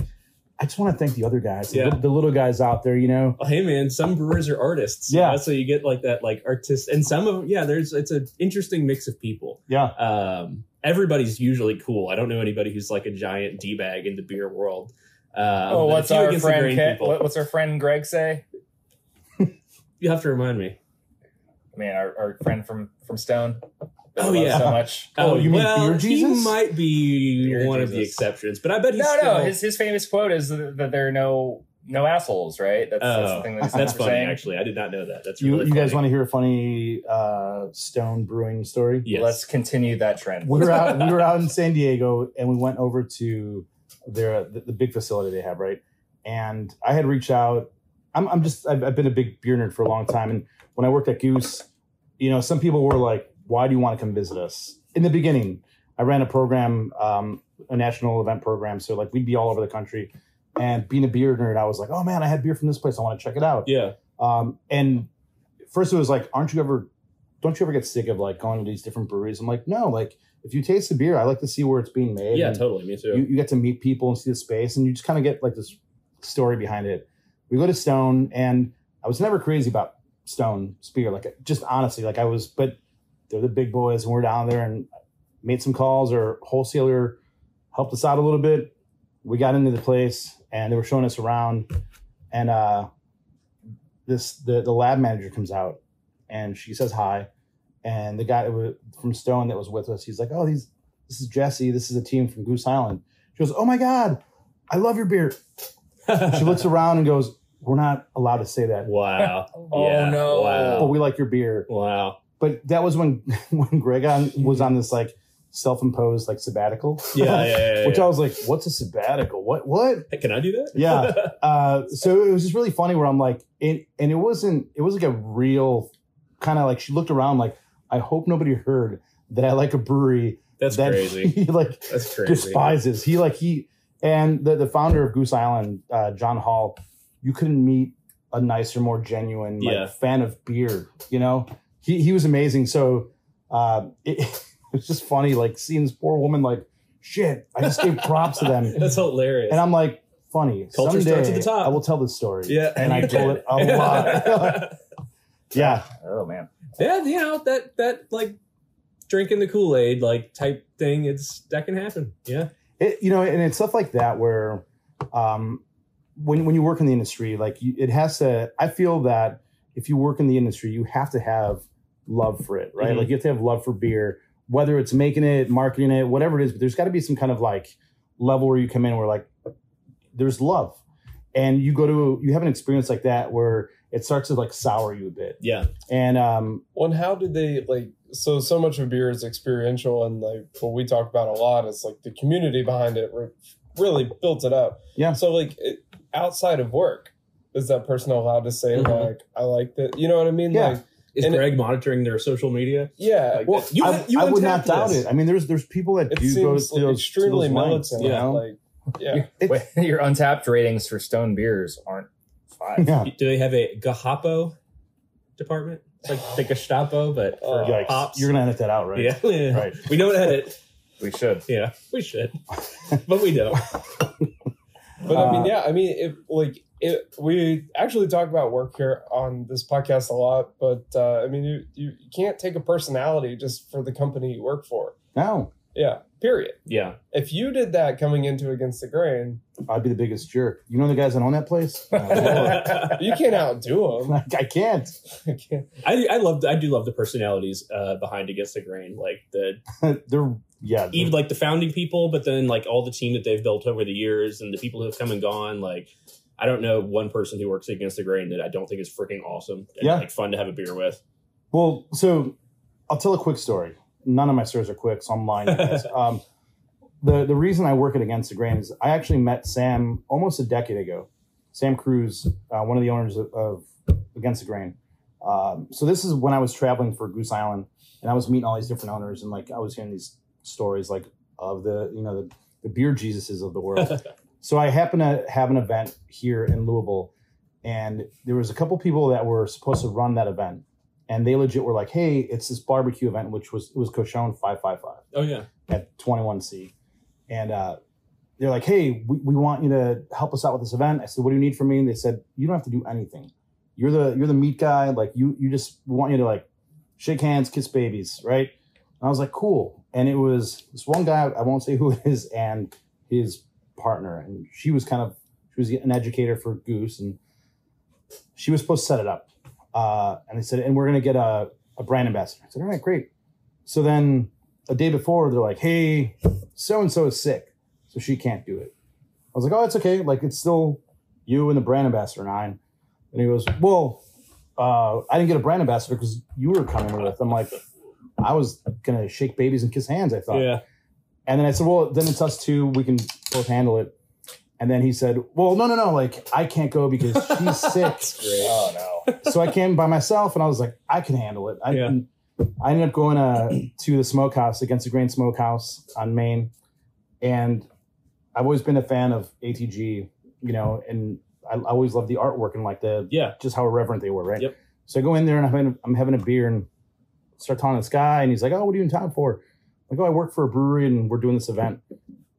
S3: i just want to thank the other guys the
S2: Yeah.
S3: li- the little guys out there you know
S2: Oh, hey man, some brewers are artists.
S3: Yeah.
S2: so you get like that, like artist, and some of yeah. There's it's an interesting mix of people.
S3: yeah
S2: Um, everybody's usually cool. I don't know anybody who's like a giant d bag in the beer world. Um,
S1: oh,
S2: but a
S1: what's
S2: few
S1: our
S2: against the
S1: friend?
S2: grain
S1: Ke-
S2: people.
S1: what- what's our friend Greg say?
S2: You have to remind me.
S1: I mean, our, our friend from from Stone. that we
S2: Oh,
S1: love
S2: yeah.
S1: so much.
S3: Oh, you mean
S2: Um, well,
S3: Beer Jesus?
S2: He might be
S1: Beer
S2: one of the
S1: Jesus.
S2: exceptions, but I bet he's
S1: no,
S2: still,
S1: no. His his famous quote is that, that there are no no assholes, right? That's, that's
S2: Oh,
S1: the thing that he's
S2: that's
S1: for
S2: funny.
S1: saying.
S2: Actually, I did not know that. That's
S3: you,
S2: really
S3: you guys
S2: funny.
S3: want to hear a funny uh stone brewing story
S2: Yes.
S1: Let's continue that trend.
S3: we were out we were out in San Diego and we went over to their the, the big facility they have right and I had reached out I'm, I'm just I've, I've been a big beer nerd for a long time and when I worked at Goose you know some people were like why do you want to come visit us in the beginning I ran a program um, a national event program so like we'd be all over the country and being a beer nerd I was like oh man I had beer from this place I want to check it out
S2: Yeah.
S3: um, and first it was like, aren't you ever, don't you ever get sick of like going to these different breweries? I'm like, no, like if you taste the beer, I like to see where it's being made.
S2: Yeah.
S3: and
S2: Totally. Me too.
S3: you, you get to meet people and see the space and you just kind of get like this story behind it. We go to Stone and I was never crazy about Stone Spear. Like just honestly, like I was, but they're the big boys and we're down there and made some calls or wholesaler helped us out a little bit. We got into the place and they were showing us around and uh this the, the lab manager comes out and she says hi and the guy that was from Stone that was with us, he's like, Oh, these this is Jesse, this is a team from Goose Island. She goes, Oh my God, I love your beer. She looks around and goes, We're not allowed to say that.
S2: wow.
S1: Oh,
S2: Yeah.
S1: no.
S3: But
S2: Wow.
S3: we like your beer.
S2: Wow.
S3: But that was when when Greg on, was on this like self-imposed like sabbatical.
S2: Yeah. Yeah. yeah, yeah,
S3: Which
S2: yeah.
S3: I was like, what's a sabbatical? What what?
S2: Hey, Can I do that?
S3: Yeah. Uh, so it was just really funny where I'm like, it, and it wasn't, it was like a real kind of like she looked around like, I hope nobody heard that I like a brewery
S2: That's
S3: that
S2: crazy.
S3: he like
S2: That's crazy.
S3: despises. He like he and the the founder of Goose Island, uh, John Hall. You couldn't meet a nicer, more genuine like,
S2: Yeah.
S3: fan of beer. You know, he he was amazing. So uh, it, it's just funny, like seeing this poor woman like shit. I just gave props to them,
S2: That's hilarious.
S3: and I'm like, funny.
S2: Culture
S3: someday
S2: starts at the top.
S3: I will tell this story.
S2: yeah,
S3: and I told it a lot. yeah,
S1: Oh man.
S2: yeah, you know that that like drinking the Kool Aid like type thing. It's that can happen. Yeah,
S3: it, you know, and it's stuff like that where, um, when when you work in the industry, like you, it has to. I feel that if you work in the industry, you have to have love for it, right?
S2: Mhm.
S3: Like you have to have love for beer, whether it's making it, marketing it, whatever it is. But there's got to be some kind of like level where you come in where like there's love, and you go to you have an experience like that where it starts to like sour you a bit,
S2: yeah.
S3: and um,
S4: Well, and how did they like? So, so much of beer is experiential, and like what we talk about a lot is like the community behind it re- really built it up.
S3: Yeah.
S4: So, like it, outside of work, is that person allowed to say
S2: Mhm.
S4: like, "I like that"? You know what I mean?
S3: Mm-hmm. Yeah.
S4: Like,
S2: Is
S4: And it-
S2: Greg monitoring their social media?
S4: yeah.
S2: Like,
S3: well,
S2: you
S3: I,
S2: have- you
S3: I would not
S2: untapped
S3: doubt
S2: this.
S3: it. I mean, there's there's people that
S4: it
S3: do go
S4: seems
S3: to those
S4: extremely
S3: to those lengths,
S4: militant.
S3: you
S2: yeah.
S3: know?
S4: Like, yeah.
S1: Wait, your untapped ratings for Stone beers aren't five.
S3: yeah.
S2: Do they have a Gahapo department? It's like the Gestapo, but for
S4: Oh,
S3: Yikes.
S2: hops.
S3: You're gonna edit that out, right?
S2: yeah, yeah.
S3: Right.
S2: We don't edit.
S1: We should.
S2: Yeah, we should, but we don't.
S4: But I mean,
S3: Uh,
S4: yeah, I mean, if like it, we actually talk about work here on this podcast a lot, but uh, I mean, you, you you can't take a personality just for the company you work for.
S3: No.
S4: Yeah, Period.
S2: Yeah.
S4: If you did that coming into Against the Grain,
S3: I'd be the biggest jerk. You know the guys that own that place? Uh,
S4: you can't outdo them.
S3: I can't.
S2: I, I love I do love the personalities uh, behind Against the Grain, like the
S3: They're yeah.
S2: even like the founding people, but then like all the team that they've built over the years and the people who have come and gone. Like I don't know one person who works against the grain that I don't think is freaking awesome. And,
S3: Yeah.
S2: like fun to have a beer with.
S3: Well, so I'll tell a quick story. None of my stories are quick, so I'm lying. I guess. um, the the reason I work at Against the Grain is I actually met Sam almost a decade ago. Sam Cruz, uh, one of the owners of, of Against the Grain. Um, so this is when I was traveling for Goose Island, and I was meeting all these different owners, and like I was hearing these stories like of the you know the, the beer Jesuses of the world. so I happened to have an event here in Louisville, and there was a couple people that were supposed to run that event and they legit were like, "Hey, it's this barbecue event, which was it was Cochon five five five
S2: Oh yeah.
S3: at twenty one C," and uh, they're like, "Hey, we, we want you to help us out with this event." I said, "What do you need from me?" And they said, "You don't have to do anything. You're the you're the meat guy. Like you you just we want you to like shake hands, kiss babies, right?" And I was like, "Cool." And it was this one guy I won't say who it is and his partner, and she was kind of she was an educator for Goose, and she was supposed to set it up. Uh, and they said, and we're going to get a, a brand ambassador. I said, all right, great. So then a day before, they're like, hey, so and so is sick. So she can't do it. I was like, oh, that's okay. Like, it's still you and the brand ambassador and I. And he goes, well, uh, I didn't get a brand ambassador because you were coming with. I'm like, I was going to shake babies and kiss hands, I thought.
S2: Yeah.
S3: And then I said, well, then it's us two. We can both handle it. And then he said, well, no, no, no. Like, I can't go because she's sick
S4: Oh no.
S3: so I came by myself and I was like, I can handle it. I,
S2: Yeah.
S3: I ended up going uh, to the smokehouse against the grain smokehouse on Maine. And I've always been a fan of ATG, you know, and I, I always loved the artwork and like the
S2: Yeah.
S3: just how irreverent they were, right?
S2: Yep.
S3: So I go in there and I'm having, I'm having a beer and start talking to this guy and he's like, Oh, what are you in town for? "Oh, I go, I work for a brewery and we're doing this event.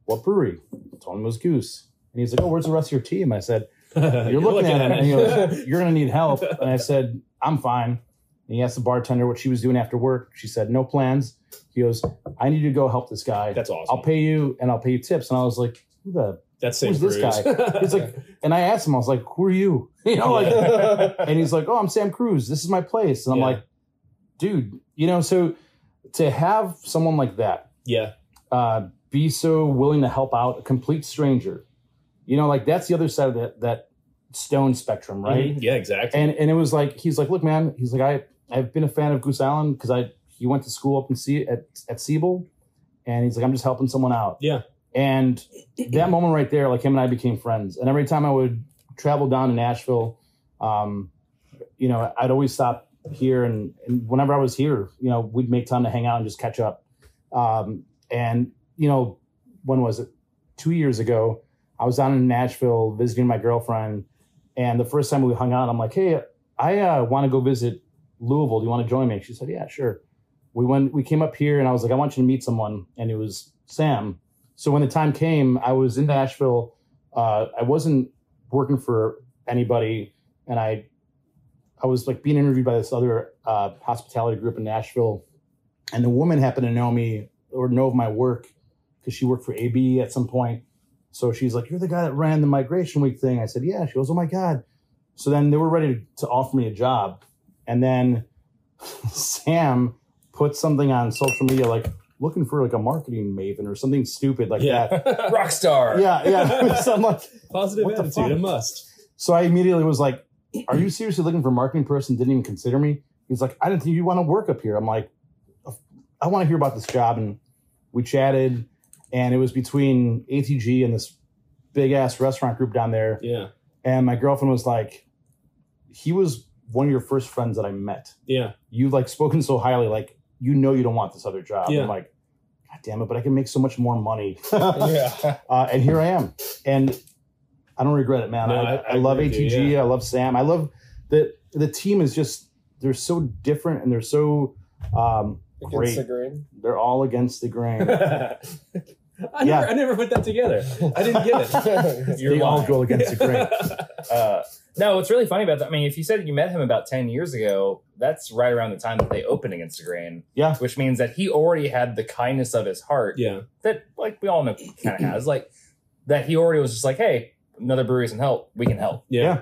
S3: What brewery? I told him it was Goose. And he's like, Oh, where's the rest of your team? I said,
S2: You're,
S3: you're, looking, at, it, and
S2: it.
S3: you're, like, you're gonna need help. And I said, I'm fine. And he asked the bartender what she was doing after work. She said, No plans. He goes, I need you to go help this guy.
S2: That's awesome.
S3: I'll pay you and I'll pay you tips. And I was like, Who the
S2: That's Sam
S3: who's this
S2: Cruz.
S3: guy? He's like and I asked him, I was like, Who are you? You know, like and he's like, Oh, I'm Sam Cruz. This is my place. And I'm
S2: Yeah.
S3: like, dude, you know, so to have someone like that
S2: yeah.
S3: uh, be so willing to help out a complete stranger. You know, like that's the other side of that that stone spectrum, right?
S2: Mhm. Yeah. Exactly.
S3: And and it was like he's like, look, man, he's like, I I've been a fan of Goose Allen because I he went to school up in Se- at at Siebel, and he's like, I'm just helping someone out.
S2: Yeah.
S3: And that moment right there, like him and I became friends. And every time I would travel down to Nashville, um, you know, I'd always stop here, and, and whenever I was here, you know, we'd make time to hang out and just catch up. Um, and you know, when was it? Two years ago, I was down in Nashville visiting my girlfriend, and the first time we hung out, I'm like, "Hey, I uh, want to go visit Louisville. Do you want to join me?" She said, "Yeah, sure." We went. We came up here, and I was like, "I want you to meet someone," and it was Sam. So when the time came, I was in Nashville. Uh, I wasn't working for anybody, and I, I was like being interviewed by this other uh, hospitality group in Nashville, and the woman happened to know me or know of my work because she worked for AB at some point. So she's like, "You're the guy that ran the migration week thing." I said, "Yeah." She goes, "Oh my god!" So then they were ready to, to offer me a job, and then Sam put something on social media like looking for like a marketing maven or something stupid like that.
S2: yeah.
S4: Rockstar.
S3: Yeah, yeah. so I'm like,
S2: Positive
S3: What the fuck?
S2: attitude. A must.
S3: so I immediately was like, "Are you seriously looking for a marketing person?" Didn't even consider me. He's like, "I didn't think you want to work up here." I'm like, "I want to hear about this job," and we chatted, and it was between ATG and this big ass restaurant group down there.
S2: Yeah.
S3: And my girlfriend was like, "He was one of your first friends that I met.
S2: Yeah.
S3: You've like spoken so highly, like you know you don't want this other job."
S2: Yeah.
S3: I'm like, "God damn it!" But I can make so much more money.
S4: Yeah.
S3: uh, and here I am. And I don't regret it, man.
S2: No,
S3: I, I,
S2: I- I
S3: love
S2: agree with you,
S3: ATG. I love Sam. I love the the team is just they're so different and they're so um,
S4: Against
S3: great.
S4: the grain.
S3: they're all against the grain.
S2: I never,
S3: Yeah.
S2: I never put that together. I didn't get it.
S3: they all go against the grain.
S1: Uh, No, what's really funny about that, I mean, if you said you met him about 10 years ago, that's right around the time that they opened against the grain.
S3: Yeah.
S1: Which means that he already had the kindness of his heart
S2: Yeah.
S1: that, like, we all know kind of has. Like, that he already was just like, hey, another brewery's can help. We can help.
S2: Yeah.
S3: Yeah.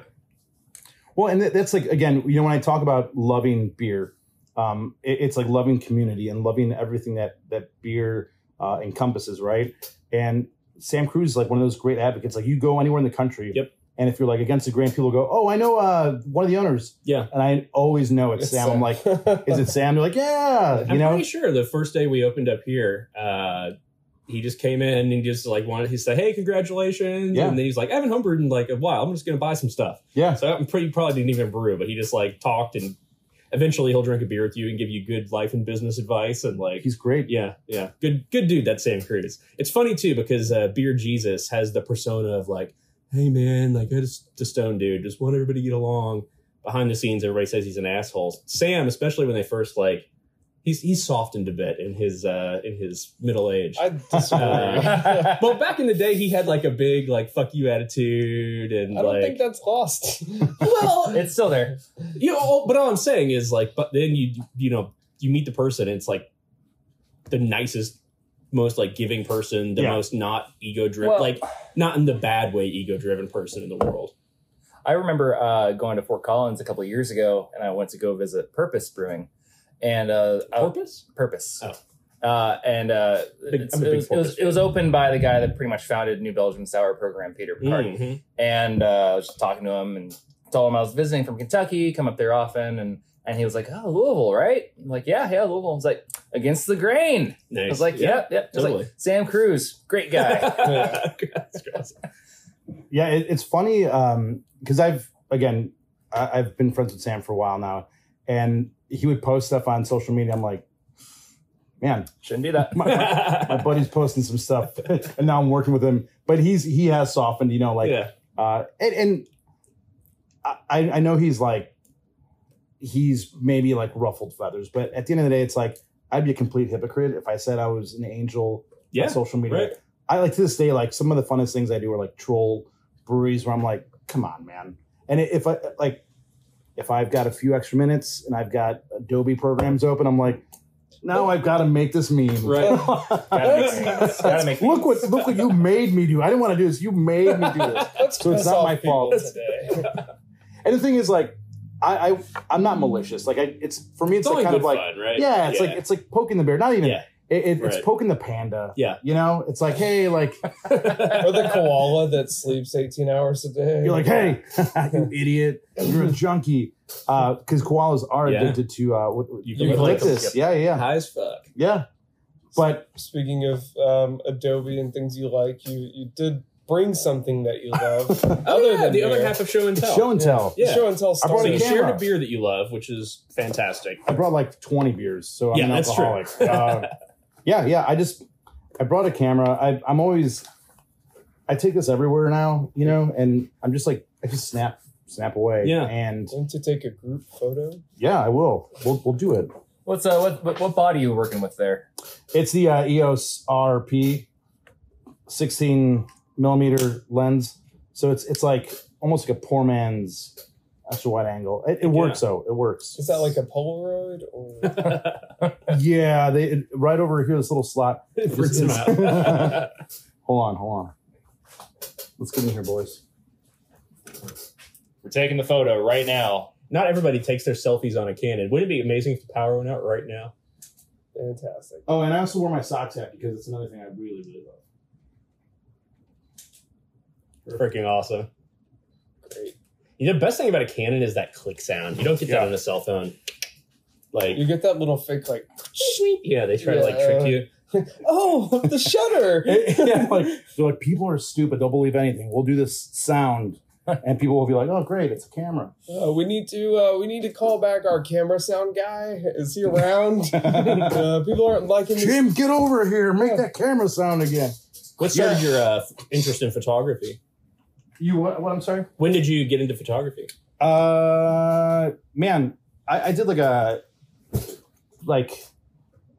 S3: Well, and that- that's like again, you know, when I talk about loving beer, um, it- it's like loving community and loving everything that that beer uh, encompasses, right? And Sam Cruz is like one of those great advocates. Like you go anywhere in the country,
S2: Yep.
S3: and if you're like against the grain, people go, "Oh, I know uh, one of the owners,"
S2: Yeah.
S3: and I always know it's, Sam. I'm like, "Is it Sam?" You're like, "Yeah," you
S2: I'm
S3: know.
S2: pretty sure the first day we opened up here, uh, he just came in and just like wanted. He said, "Hey, congratulations!"
S3: Yeah.
S2: And then he's like, "I haven't homebrewed in like a while. I'm just gonna buy some stuff."
S3: Yeah,
S2: So I'm pretty probably didn't even brew, but he just like talked and eventually he'll drink a beer with you and give you good life and business advice and like
S3: he's great.
S2: yeah, yeah. Good good dude, that Sam Cruz. It's funny too because uh, Beer Jesus has the persona of like, hey man, like I just the stone dude, just want everybody to get along. Behind the scenes, everybody says he's an asshole. Sam, especially when they first like he's he's softened a bit in his uh in his middle age.
S4: I disagree.
S2: Uh, well, back in the day, he had like a big like "fuck you" attitude, and
S4: I don't
S2: like
S4: think that's lost.
S2: well,
S1: It's still there.
S2: you know, all- but all I'm saying is like, but then you you know you meet the person and it's like the nicest, most like giving person, the
S3: Yeah.
S2: most not ego driven,
S1: Well-
S2: like not in the bad way ego driven person in the world.
S1: I remember uh, going to Fort Collins a couple of years ago, and I went to go visit Purpose Brewing, and
S3: Oh,
S1: uh, I-
S2: Purpose?
S1: Purpose.
S2: Oh.
S1: Uh, and uh,
S2: Big-
S1: it's-
S2: I'm a
S1: it, was, it,
S2: big
S1: was,
S2: Purpose
S1: it was opened by the guy that pretty much founded New Belgium Sour Program, Peter Picard.
S2: Mhm.
S1: And uh, I was just talking to him and told him I was visiting from Kentucky, come up there often. And, and he was like, Oh, Louisville, right? I'm like, Yeah, yeah, Louisville. I was like, Against the grain.
S2: Nice.
S1: I was like, Yep, yep. I was
S2: totally.
S1: like, Sam Cruz, great guy.
S2: That's gross.
S3: Yeah, it, it's funny because I've again I, I've been friends with Sam for a while now, and he would post stuff on social media. I'm like, man,
S1: Shouldn't do that.
S3: my, my, my buddy's posting some stuff, and now I'm working with him. But he's he has softened, you know, like
S2: yeah.
S3: uh, and, and I I know he's like he's maybe like ruffled feathers, but at the end of the day, it's like I'd be a complete hypocrite if I said I was an angel yeah,
S2: Yeah.
S3: social media.
S2: right.
S3: I like to this day, like some of the funnest things I do are like troll breweries where I'm like, come on, man. And if I like, if I've got a few extra minutes and I've got Adobe programs open, I'm like, now I've got to make this meme.
S2: Right.
S1: Gotta make sense. Gotta make
S3: look what look what you made me do. I didn't want to do this. You made me do this.
S4: Let's
S3: So it's
S4: piss
S3: not
S4: off
S3: my
S4: people
S3: fault.
S4: Today.
S3: And the thing is, like, I, I I'm not malicious. Like, I it's for me, it's,
S2: It's only
S3: like kind
S2: good
S3: of like
S2: fun, right?
S3: yeah, it's like it's like poking the bear. Not even
S2: Yeah.
S3: it, it,
S2: Right.
S3: it's poking the panda.
S2: Yeah.
S3: you know, it's like hey, like
S4: Or the koala that sleeps 18 hours a day.
S3: You're like, hey, you idiot, you're a junkie. Because koalas are
S2: Yeah.
S3: addicted to uh, what,
S2: You can lick 'em.
S3: eucalyptus. Yeah, yeah,
S2: high as fuck.
S3: yeah. But
S4: Speaking of um, Adobe and things you like, you, you did bring something that you love.
S2: Other
S4: Other
S2: than
S4: than
S2: the other
S4: beer.
S2: half of show and tell.
S3: show and tell.
S2: Yeah.
S4: Show and tell
S3: I
S2: so
S3: brought
S4: story.
S2: you
S3: a camera.
S2: shared a beer that you love, which is fantastic.
S3: I brought like 20 beers, so I'm
S2: Yeah,
S3: an
S2: that's true.
S3: alcoholic. Uh, yeah, yeah. I just I brought a camera. I, I'm always I take this everywhere now, you know, and I'm just like I just snap snap away.
S2: Yeah.
S3: and
S4: Want to take a group photo?
S3: yeah, I will. We'll we'll do it.
S1: What's uh what what, what body are you working with there?
S3: It's the uh, EOS RP 16 millimeter lens. So it's it's like almost like a poor man's extra wide angle. It, it works though. It works.
S4: Is that like a Polaroid? Or
S3: Yeah, they it, right over here. This little slot.
S2: It freaks him out.
S3: Hold on, hold on. Let's get in here, boys.
S1: We're taking the photo right now.
S2: Not everybody takes their selfies on a Canon. Wouldn't it be amazing if the power went out right now?
S4: fantastic.
S3: Oh, and I also wore my socks hat because it's another thing I really really love.
S2: Freaking awesome.
S4: Great.
S2: You know, the best thing about a Canon is that click sound. You don't get that
S3: Yeah.
S2: on a cell phone. Like,
S4: You get that little fake, like,
S2: yeah, they try to like trick you.
S4: oh, the shutter.
S3: yeah, like they're like people are stupid. They'll believe anything. We'll do this sound, and people will be like, "Oh, great, it's a camera."
S4: Uh, we need to uh, we need to call back our camera sound guy. Is he around? uh, people aren't liking this.
S3: Jim, get over here. Make that camera sound again.
S2: What started
S3: Yeah.
S2: your uh, f- interest in photography?
S3: You what? what I'm sorry.
S2: When did you get into photography?
S3: Uh, man, I, I did like a like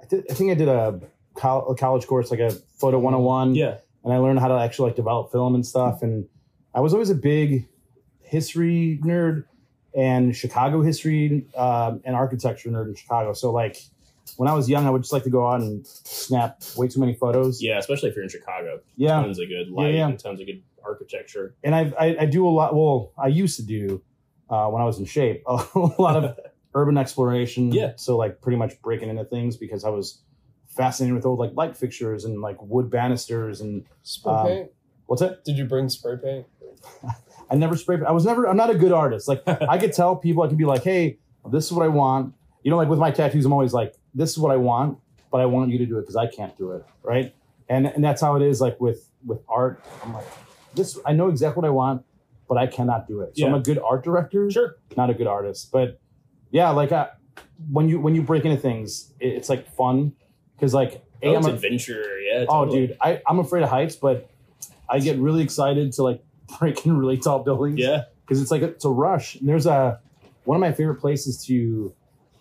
S3: I, did, I think I did a, col- a college course, like a photo 101.
S2: Yeah.
S3: and I learned how to actually like develop film and stuff. And I was always a big history nerd and Chicago history um, and architecture nerd in Chicago. So like when I was young, I would just like to go out and snap way too many photos.
S2: Yeah, especially if you're in Chicago.
S3: yeah.
S2: Tons of good light
S3: yeah.
S2: and tons of good architecture.
S3: and I've, I I do a lot. Well, I used to do uh, when I was in shape a lot of urban exploration.
S2: Yeah.
S3: So like pretty much breaking into things because I was fascinated with old like light fixtures and like wood banisters and
S4: Spray
S3: Um,
S4: paint?
S3: what's it?
S4: Did you bring spray paint?
S3: I never spray. I was never. I'm not a good artist. Like I could tell people. I could be like, hey, this is what I want. You know, like with my tattoos, I'm always like, this is what I want, but I want you to do it because I can't do it, right? And and that's how it is. Like with with art, I'm like, this. I know exactly what I want, but I cannot do it. So I'm
S2: Yeah.
S3: a good art director.
S2: Sure.
S3: not a good artist. But yeah, like I, when you when you break into things, it, it's like fun because like A,
S2: Oh,
S3: I'm
S2: it's
S3: a-
S2: adventure. Yeah.
S3: oh
S2: totally.
S3: dude, I I'm afraid of heights, but I get really excited to like break in really tall buildings
S2: Yeah.
S3: because it's like a, it's a rush. And there's a one of my favorite places to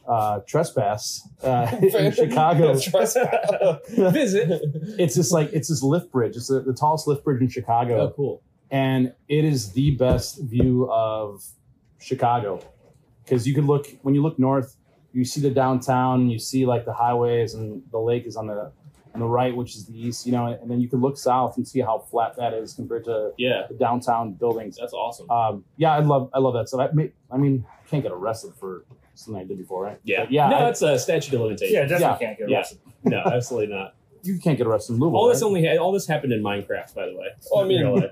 S3: uh, trespass uh, in Chicago.
S4: Trespass. Visit.
S3: It's just like it's this lift bridge. It's the the tallest lift bridge in Chicago
S2: Oh, cool.
S3: and it is the best view of Chicago because you can look when you look north, you see the downtown, and you see like the highways, and the lake is on the on the right, which is the east, you know, and then you can look south and see how flat that is compared to
S2: Yeah.
S3: the downtown buildings.
S2: That's awesome.
S3: Um, yeah, I love I love that stuff. I, ma- I mean, I can't get arrested for something I did before, right?
S2: Yeah.
S3: But yeah,
S2: No,
S3: I-
S2: it's a statute of limitations.
S1: Yeah, definitely
S3: Yeah.
S1: can't get
S2: Yeah.
S1: arrested.
S2: No, absolutely not.
S3: you can't get arrested in Louisville.
S2: All this
S3: right?
S2: only all this happened in Minecraft, by the way.
S4: Well, I mean-
S2: Real life.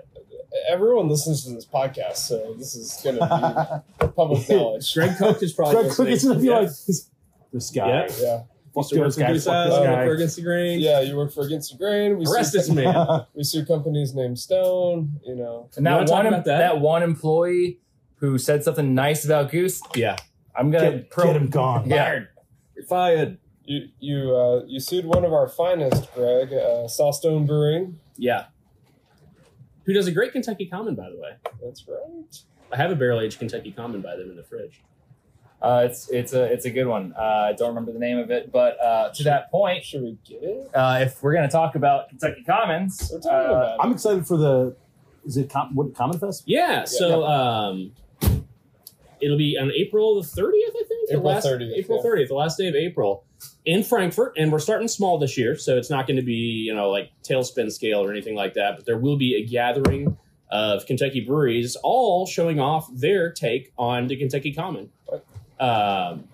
S4: Everyone listens to this podcast, so this is going to be public knowledge.
S2: Greg Koch is probably
S3: Greg Cook is gonna be
S2: listening.
S3: like this, this guy.
S2: Yeah.
S4: Yeah,
S3: Fuck
S2: yeah.
S3: this guy,
S2: Produce
S3: fuck this
S2: us,
S3: guy.
S2: work uh, for Against the Grain.
S4: yeah. You work for Against the Grain. We
S2: Arrest
S4: sue,
S2: this man.
S4: We sue companies named Stone. You know,
S1: And
S2: You
S1: that
S2: wanna talk
S1: one em-
S2: about
S1: that?
S2: that?
S1: one employee who said something nice about Goose,
S2: Yeah.
S1: I'm gonna
S3: Get-
S1: pro-
S3: get him gone.
S1: Fired.
S2: You're fired.
S4: you you uh, you sued one of our finest, Greg, uh, Sawstone Brewing.
S2: Yeah. Who does a great Kentucky Common, by the way?
S4: That's right.
S2: I have a barrel aged Kentucky Common by them in the fridge.
S1: Uh, it's it's a it's a good one. Uh, I don't remember the name of it, but uh, to that point,
S4: Should we get it?
S1: uh, if we're gonna talk about Kentucky Commons,
S4: We're talking
S1: uh,
S4: about it.
S3: I'm excited for the. Is it Com- what, Common Fest?
S2: Yeah. So um, it'll be on April the 30th, I think. the
S4: April
S2: last,
S4: 30th,
S2: April
S4: yeah.
S2: 30th, the last day of April in Frankfurt. And we're starting small this year. So it's not going to be, you know, like tailspin scale or anything like that. But there will be a gathering of Kentucky breweries all showing off their take on the Kentucky Common. Um,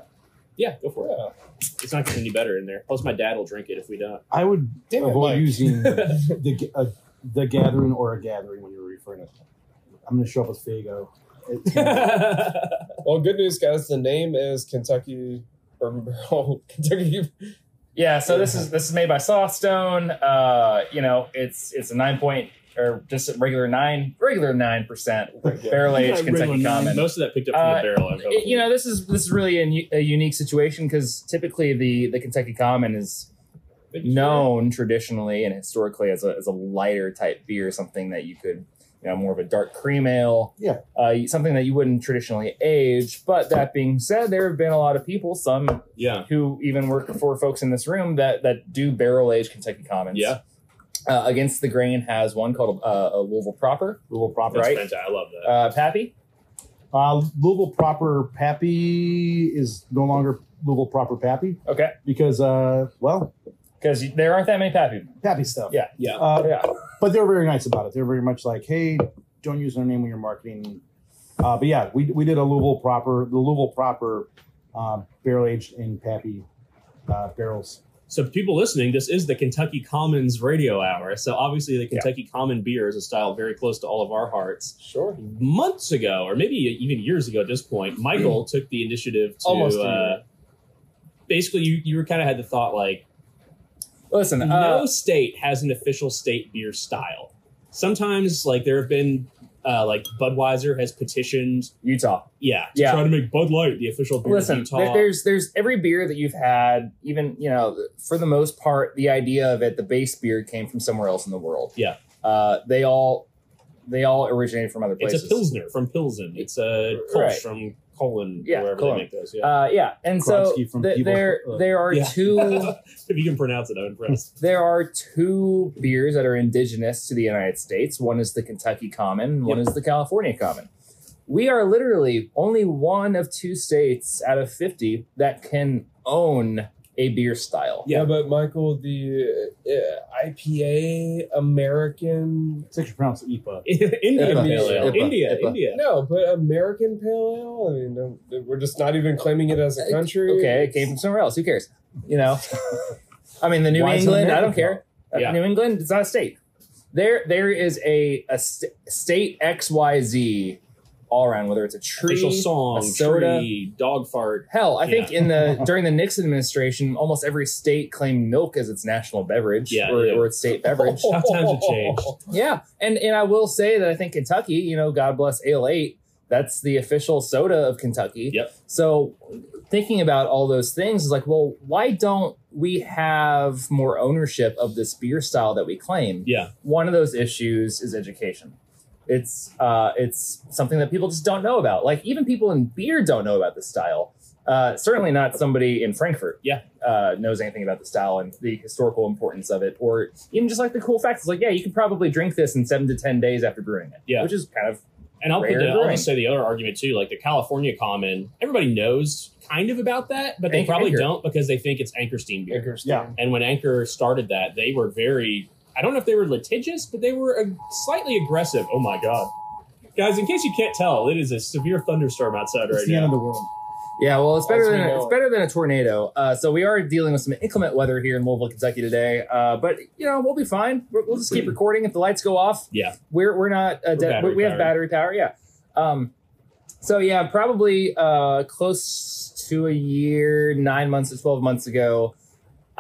S2: yeah, go for it.
S4: yeah.
S2: It's not getting any better in there. Plus, my dad will drink it if we don't.
S3: I would
S4: Damn it,
S3: avoid
S4: Mike.
S3: using the g- uh, the gathering or a gathering when you're referring to. I'm going to show up as Fago. It-
S4: Well, good news, guys. The name is Kentucky Bourbon Barrel. Kentucky.
S1: Yeah, so this is this is made by Softstone. Uh, you know, it's it's a nine point or just a regular nine, regular nine percent barrel aged Kentucky Common.
S2: Most of that picked up from
S1: Uh,
S2: the barrel. I'm
S1: It- you know, this is this is really a, u- a unique situation because typically the the Kentucky Common is known traditionally and historically as a as a lighter type beer, something that you could. You know, more of a dark cream ale,
S3: Yeah.
S1: uh, something that you wouldn't traditionally age. But that being said, there have been a lot of people, some
S2: Yeah.
S1: who even work for folks in this room that that do barrel aged Kentucky Commons.
S2: Yeah.
S1: Uh, Against the Grain has one called uh, a Louisville Proper.
S3: Louisville proper.
S2: That's
S1: Right.
S2: fantastic. I love that.
S1: Uh, Pappy.
S3: Uh, Louisville proper Pappy is no longer Louisville proper Pappy
S1: Okay.
S3: because, uh, well,
S1: Because there aren't that many Pappy.
S3: Pappy stuff.
S1: Yeah.
S2: yeah.
S3: Uh,
S1: Yeah.
S3: but they were very nice about it. They were very much like, "Hey, don't use their name when you're marketing." Uh, but yeah, we, we did a Louisville proper, the Louisville proper uh, barrel aged in Pappy uh, barrels.
S2: So, people listening, this is the Kentucky Commons radio hour. So, obviously, the Kentucky Common beer is a style very close to all of our hearts.
S4: Sure.
S2: Months ago, or maybe even years ago at this point, Michael took the initiative to
S4: Almost a
S2: uh,
S4: year.
S2: basically, you, you were kind of had the thought like,
S1: Listen.
S2: no
S1: Uh,
S2: state has an official state beer style. Sometimes, like there have been, uh, like Budweiser has petitioned,
S1: Utah.
S2: yeah, to
S1: Yeah.
S2: try to make Bud Light the official beer.
S1: Listen.
S2: of Utah.
S1: there- there's there's every beer that you've had. Even you know, for the most part, the idea of it, the base beer came from somewhere else in the world.
S2: Yeah.
S1: Uh, they all they all originated from other
S2: it's
S1: places.
S2: a pilsner from Pilsen. It's a Kolsch
S1: Right.
S2: from Colon,
S1: Yeah,
S2: wherever
S1: Cologne.
S2: they make those. Yeah,
S1: Uh, yeah. And so
S3: Krotsky from
S1: th-
S3: Peebles.
S1: there
S3: Uh,
S1: there are
S2: Yeah.
S1: two.
S2: if you can pronounce it, I'm impressed.
S1: there are two beers that are indigenous to the United States. One is the Kentucky Common, one is the California Common. We are literally only one of two states out of 50 that can own a beer style.
S4: Yeah, but Michael, the uh, IPA American.
S3: It's actually pronounced IPA.
S2: India,
S1: Ipa.
S2: Pale Ale.
S1: Ipa.
S2: India,
S1: Ipa.
S2: India.
S4: No, but American Pale Ale. I mean, don't- we're just not even claiming it
S3: Uh,
S4: as a country.
S1: Okay, it came from somewhere else. Who cares? You know, I mean, the New
S3: Why is it
S1: England. I
S3: American
S1: don't care. Uh,
S2: Yeah.
S1: New England. It's not a state. There, there is a a st- state X Y Z all around. Whether it's a
S2: Official
S1: tree,
S2: song,
S1: a soda.
S2: tree, dog fart.
S1: hell, I think
S2: Yeah.
S1: in the during the Nixon administration, almost every state claimed milk as its national beverage
S2: Yeah,
S1: or,
S2: yeah. Oh,
S1: or its state beverage.
S2: How times have changed.
S1: Yeah, and and I will say that I think Kentucky, you know, God bless Ale Eight, that's the official soda of Kentucky.
S2: Yep.
S1: So thinking about all those things is like, well, why don't we have more ownership of this beer style that we claim?
S2: Yeah.
S1: One of those issues is education. It's uh, it's something that people just don't know about. Like even people in beer don't know about this style. Uh, certainly not somebody in Frankfurt.
S2: Yeah.
S1: Uh, knows anything about the style and the historical importance of it, or even just like the cool facts. It's like, yeah, you can probably drink this in seven to ten days after brewing it.
S2: Yeah.
S1: Which is kind of
S2: And I'll, put
S1: Rare
S2: the, I'll
S1: grain.
S2: just say the other argument too, like the California Common. Everybody knows kind of about that, but they
S1: Anchor-
S2: probably
S1: Anchor.
S2: don't because they think it's Anchor Steam beer.
S4: Interesting.
S3: Yeah.
S2: And when Anchor started that, they were very, I don't know if they were litigious, but they were uh, slightly aggressive. Oh my God. Guys, in case you can't tell, it is a severe thunderstorm outside
S3: It's
S2: right
S3: the end
S2: now.
S3: of the world.
S1: Yeah, well, it's
S4: As
S1: better than
S4: we know
S1: it's
S4: it.
S1: better than a tornado. Uh, so we are dealing with some inclement weather here in Louisville, Kentucky today. Uh, but you know, we'll be fine. We're, we'll just keep recording if the lights go off.
S2: Yeah.
S1: we're we're not. Uh, de-
S2: battery
S1: we have battery power. Yeah. Um, so yeah, probably uh, close to a year, nine months to twelve months ago,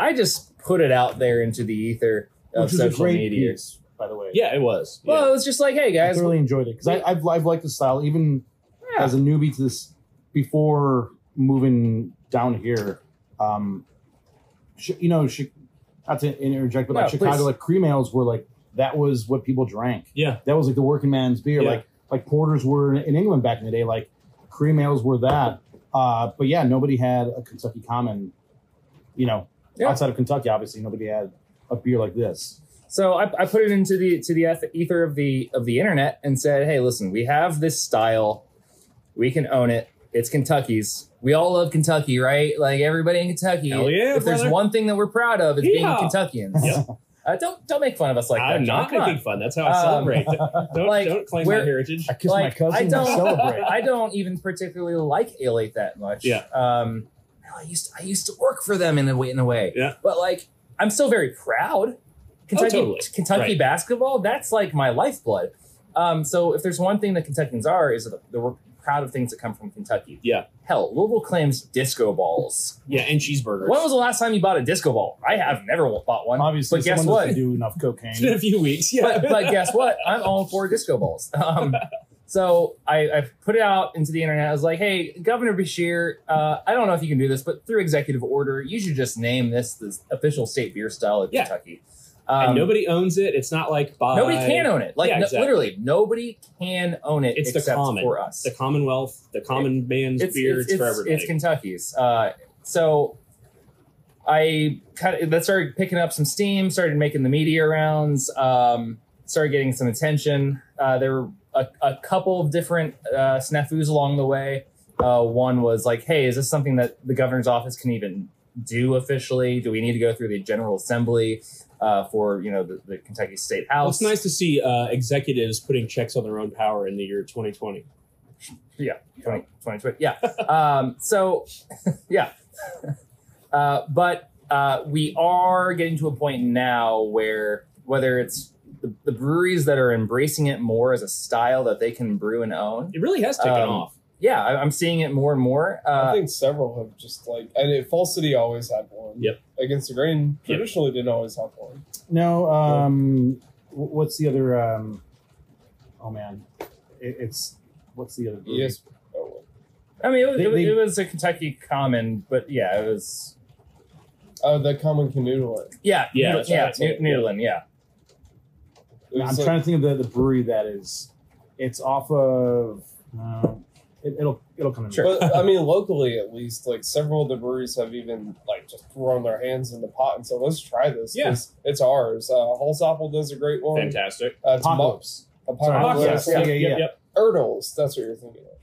S1: I just put it out there into the ether of
S3: Which is a
S1: social
S3: great
S1: media.
S3: piece, by the way.
S2: Yeah, it was.
S1: Well, it was just like, hey
S3: I
S1: guys,
S3: thoroughly enjoyed it because I've, I've liked the style even
S1: yeah.
S3: as a newbie to this before moving down here. Um, sh- you know, sh- not to interject, but
S1: No,
S3: like Chicago,
S1: please.
S3: like cream ales were like that was what people drank.
S2: Yeah.
S3: that was like the working man's beer.
S2: Yeah.
S3: Like like porters were in England back in the day. Like cream ales were that. Uh, but yeah, nobody had a Kentucky Common. You know,
S1: Yeah.
S3: outside of Kentucky, obviously nobody had a beer like this.
S1: So I, I put it into the to the eth- ether of the of the internet and said, "Hey, listen, we have this style. We can own it. It's Kentucky's. We all love Kentucky, right? Like everybody in Kentucky.
S2: Hell yeah,
S1: if there's
S2: brother.
S1: one thing that we're proud of, it's being
S2: Yeehaw.
S1: Kentuckians.
S2: Yep.
S1: Uh, don't don't make fun of us like that.
S2: I'm
S1: John.
S2: not
S1: Come on.
S2: making fun. That's how I
S1: Um,
S2: celebrate. don't,
S1: like,
S2: don't claim
S1: where-
S2: my heritage.
S3: I kissed my
S1: Like,
S3: cousin.
S1: I
S3: and
S1: don't-
S3: celebrate.
S1: I don't even particularly like Ale Eight that much.
S2: Yeah.
S1: Um, I used I used to work for them in a way in a way.
S2: Yeah. Oh,
S1: But like, I'm still very proud. Kentucky
S2: totally.
S1: Kentucky
S2: Right.
S1: basketball. That's like my lifeblood. Um, so if there's one thing that Kentuckians are is that we're proud of things that come from Kentucky.
S2: Yeah.
S1: Hell, Louisville claims disco balls.
S2: Yeah, and cheeseburgers.
S1: When was the last time you bought a disco ball? I have never bought one.
S3: Obviously,
S1: but guess
S3: someone doesn't
S1: what?
S3: do enough
S2: it's been
S3: cocaine.
S2: a few weeks. Yeah.
S1: but, but guess what? I'm all for disco balls. Um, so I, I put it out into the internet. I was like, hey, Governor Bashir, uh, I don't know if you can do this, but through executive order, you should just name this the official state beer style of
S2: Yeah.
S1: Kentucky.
S2: and
S1: Um,
S2: nobody owns it. It's not like by
S1: nobody can own it. Like
S2: Yeah,
S1: no-
S2: exactly.
S1: literally, nobody can own it
S2: It's the
S1: except
S2: common.
S1: for us.
S2: the Commonwealth, the common man's beer. It's, for everybody.
S1: It's Kentucky's. Uh, so I kind of that started picking up some steam, started making the media rounds, um, started getting some attention. Uh, there were a, a couple of different uh, snafus along the way. Uh, one was like, hey, is this something that the governor's office can even do officially? Do we need to go through the General Assembly uh, for you know the, the Kentucky State
S2: Well,
S1: House?
S2: it's nice to see uh, executives putting checks on their own power in the year 2020.
S1: 20, 2020. Yeah. um, so, yeah. Uh, but uh, we are getting to a point now where whether it's the, the breweries that are embracing it more as a style that they can brew and own.
S2: It really has taken
S1: Um,
S2: off.
S1: Yeah, I, I'm seeing it more and more. Uh,
S4: I think several have just like, and it, Fall City always had one.
S2: Yep.
S4: Against the Grain
S2: Yep.
S4: traditionally didn't always have one.
S3: no, um, wh- what's the other? Um, oh man, it, it's what's the other? brewery?
S4: Yes. Oh,
S1: I mean, it was,
S3: They-
S1: it, was-
S3: they-
S1: it was a Kentucky common, but yeah, it was
S4: uh, the Common Canoe one.
S1: yeah,
S2: Yeah,
S1: Noodle-
S2: that's
S1: yeah, Nood-
S4: right.
S1: Noodlin, yeah.
S4: It
S3: I'm
S4: was like-
S3: trying to think of the, the brewery that is. It's off of. Uh, it, it'll it'll come in.
S1: Sure.
S4: But I mean, locally at least, like several of the breweries have even like just thrown their hands in the pot and said, "Let's try this. 'cause It's ours." Uh, Holzapfel does a great one.
S2: Fantastic.
S4: Uh, it's Mo-
S3: Apocalypse.
S4: Apocalypse.
S3: Apocalypse.
S4: Yeah.
S3: Yeah, yeah, yeah.
S2: Yep,
S4: Erdels. That's what you're thinking of.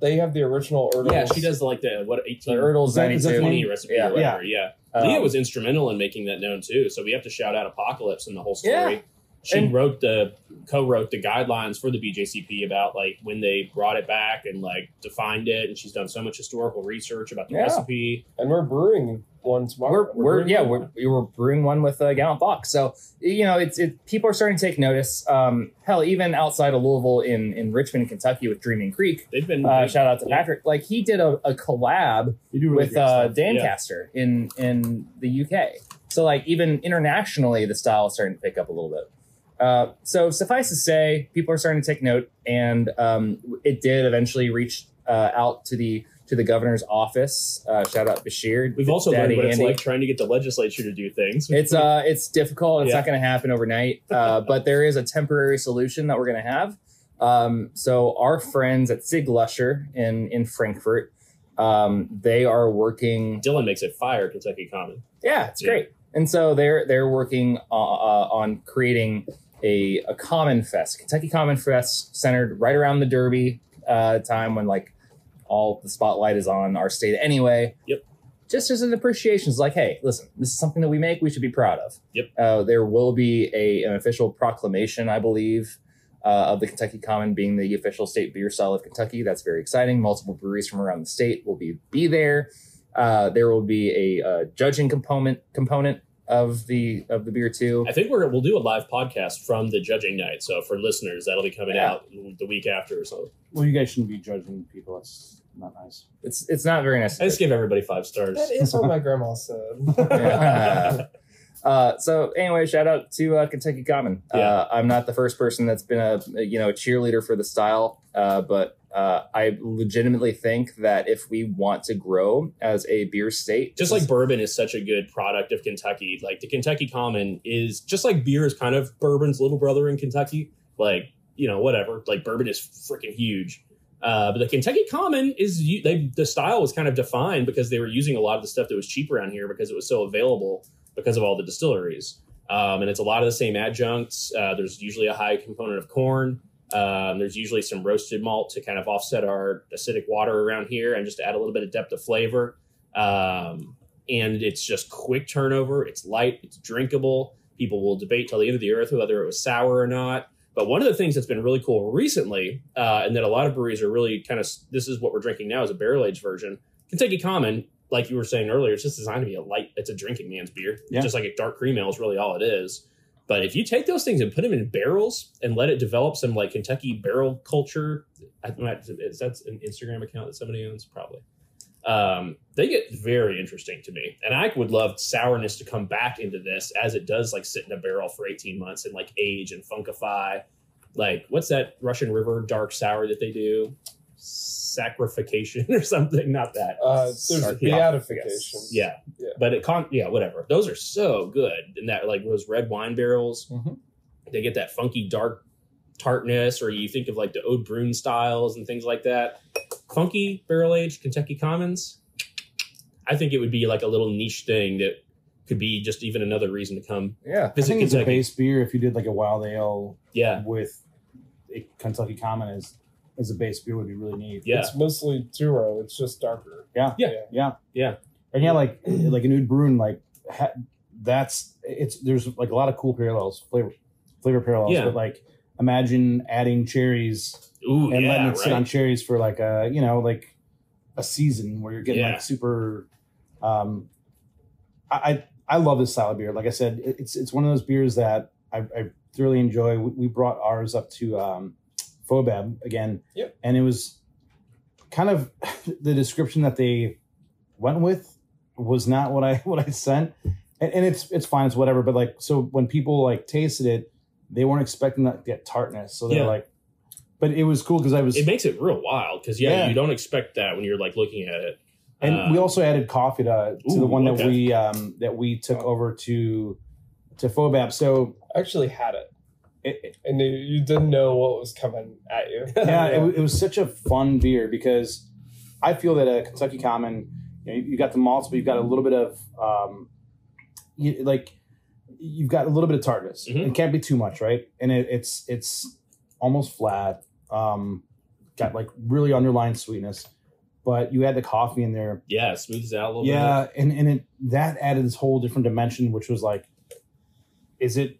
S4: They have the original Erdels.
S2: Yeah, she does like the what eighteen
S1: The Erdels
S3: Is that- is that
S1: 92.
S3: the
S2: twenty
S3: name?
S2: recipe
S1: Yeah.
S2: or whatever. Yeah,
S1: Um,
S2: Leah was instrumental in making that known too. So we have to shout out Apocalypse and the whole story.
S1: Yeah.
S2: She
S1: And-
S2: wrote the co-wrote the guidelines for the BJCP about like when they brought it back and like defined it. And she's done so much historical research about the
S1: Yeah.
S2: recipe.
S4: And we're brewing one tomorrow.
S1: we're, we're
S4: brewing
S1: yeah
S4: one.
S1: we're, we were brewing one with uh, gallant fox so you know it's it, people are starting to take notice um hell even outside of louisville in in richmond kentucky with dreaming creek
S2: They've been
S1: uh, shout out to
S2: Yeah.
S1: patrick like he did a, a collab
S3: You do really
S1: with
S3: great
S1: uh
S3: stuff.
S1: dancaster in in the uk so like even internationally the style is starting to pick up a little bit uh, so suffice to say people are starting to take note and um, it did eventually reach uh, out to the to the governor's office uh, shout out bashir
S2: We've also
S1: Daddy
S2: learned what it's
S1: Andy.
S2: like trying to get the legislature to do things.
S1: It's uh, it's difficult. It's
S2: Yeah.
S1: not going to happen overnight. Uh, but there is a temporary solution that we're going to have. Um, so our friends at Sig Lusher in in Frankfurt, um, they are working.
S2: Dylan makes it fire Kentucky Common.
S1: Yeah, it's
S2: Yeah.
S1: great. And so they're they're working uh, uh, on creating a a common fest, Kentucky Common Fest, centered right around the Derby uh, time when like all the spotlight is on our state anyway.
S2: Yep.
S1: Just as an appreciation, it's like, hey, listen, this is something that we make. We should be proud of.
S2: Yep.
S1: Uh, there will be a an official proclamation, I believe, uh, of the Kentucky Common being the official state beer style of Kentucky. That's very exciting. Multiple breweries from around the state will be be there. Uh, there will be a uh, judging component component of the of the beer too.
S2: I think we're we'll do a live podcast from the judging night. So for listeners, that'll be coming
S1: Yeah.
S2: out the week after or so.
S3: Well, you guys shouldn't be judging people. That's not nice.
S1: It's it's not very nice.
S2: I just gave everybody five stars.
S4: That is what my grandma said.
S1: Yeah. Uh, so anyway, shout out to uh, Kentucky Common.
S2: Yeah.
S1: Uh, I'm not the first person that's been a you know a cheerleader for the style, uh, but uh, I legitimately think that if we want to grow as a beer state,
S2: just like bourbon is such a good product of Kentucky. Like the Kentucky Common is just like beer is kind of bourbon's little brother in Kentucky. Like you know whatever. Like bourbon is freaking huge. Uh, but the Kentucky Common is u- they the style was kind of defined because they were using a lot of the stuff that was cheap around here because it was so available because of all the distilleries. Um, and it's a lot of the same adjuncts. Uh, there's usually a high component of corn. Um, there's usually some roasted malt to kind of offset our acidic water around here and just to add a little bit of depth of flavor. Um, and it's just quick turnover. It's light. It's drinkable. People will debate till the end of the earth whether it was sour or not. But one of the things that's been really cool recently, uh, and that a lot of breweries are really kind of this is what we're drinking now is a barrel aged version. Kentucky Common, like you were saying earlier, it's just designed to be a light. It's a drinking man's beer,
S3: Yeah.
S2: just like a dark cream ale is really all it is. But if you take those things and put them in barrels and let it develop some like Kentucky barrel culture, I, I'm not- is that's an Instagram account that somebody owns probably um, they get very interesting to me. And I would love sourness to come back into this as it does like sit in a barrel for 18 months and like age and funkify. Like, what's that Russian River dark sour that they do? Sacrification or something? Not that.
S4: Uh, there's
S2: Sarc-
S4: beatification.
S2: yeah.
S4: Yeah.
S2: But it con yeah, whatever. Those are so good. And that like those red wine barrels,
S3: Mm-hmm.
S4: Mhm.
S2: they get that funky dark tartness, or you think of like the Ode Brune styles and things like that. Funky barrel aged Kentucky Commons. I think it would be like a little niche thing that could be just even another reason to come
S1: yeah,
S3: I
S2: visit
S3: think it's a
S2: Kentucky.
S3: base beer. If you did like a wild ale
S2: yeah.
S3: with a Kentucky Common as as a base beer, would be really neat.
S2: Yeah.
S4: It's mostly Turo. It's just darker.
S3: Yeah.
S2: Yeah.
S3: Yeah.
S2: Yeah.
S3: And yeah, like like an Oud Bruin, like ha- that's it's there's like a lot of cool parallels, flavor flavor parallels.
S2: Yeah.
S3: But like imagine adding cherries
S2: Ooh,
S3: and letting
S2: yeah,
S3: it sit on
S2: right.
S3: cherries for like a you know like a season where you're getting
S2: Yeah.
S3: like super. Um, I, I I love this style of beer. Like I said, it- it's it's one of those beers that I, I thoroughly enjoy. We, we brought ours up to um, Fobab again,
S4: Yep.
S3: and it was kind of the description that they went with was not what I what I sent, and, and it's it's fine, it's whatever. But like, so when people like tasted it, they weren't expecting that, that tartness, so they're
S2: Yeah.
S3: like, but it was cool because I was,
S2: It makes it real wild because yeah,
S3: Yeah.
S2: you don't expect that when you're like looking at it.
S3: and we
S2: Um,
S3: also added coffee to, to
S2: Ooh,
S3: the one
S2: okay.
S3: that we um that we took over to to Fobab. So
S4: I actually had it,
S3: it, it-
S4: and you, you didn't know what was coming at you.
S3: yeah, it, wa- it was such a fun beer because I feel that a Kentucky Common, you know, you, you got the malts, but you've got a little bit of, um, you, like, you've got a little bit of tartness.
S2: Mhm.
S3: It can't be too much, right? And it, it's it's almost flat. Um, got like really underlying sweetness, but you add the coffee in there.
S2: Yeah, it smooths it out a little
S3: Yeah, and and it that added this whole different dimension, which was like, is it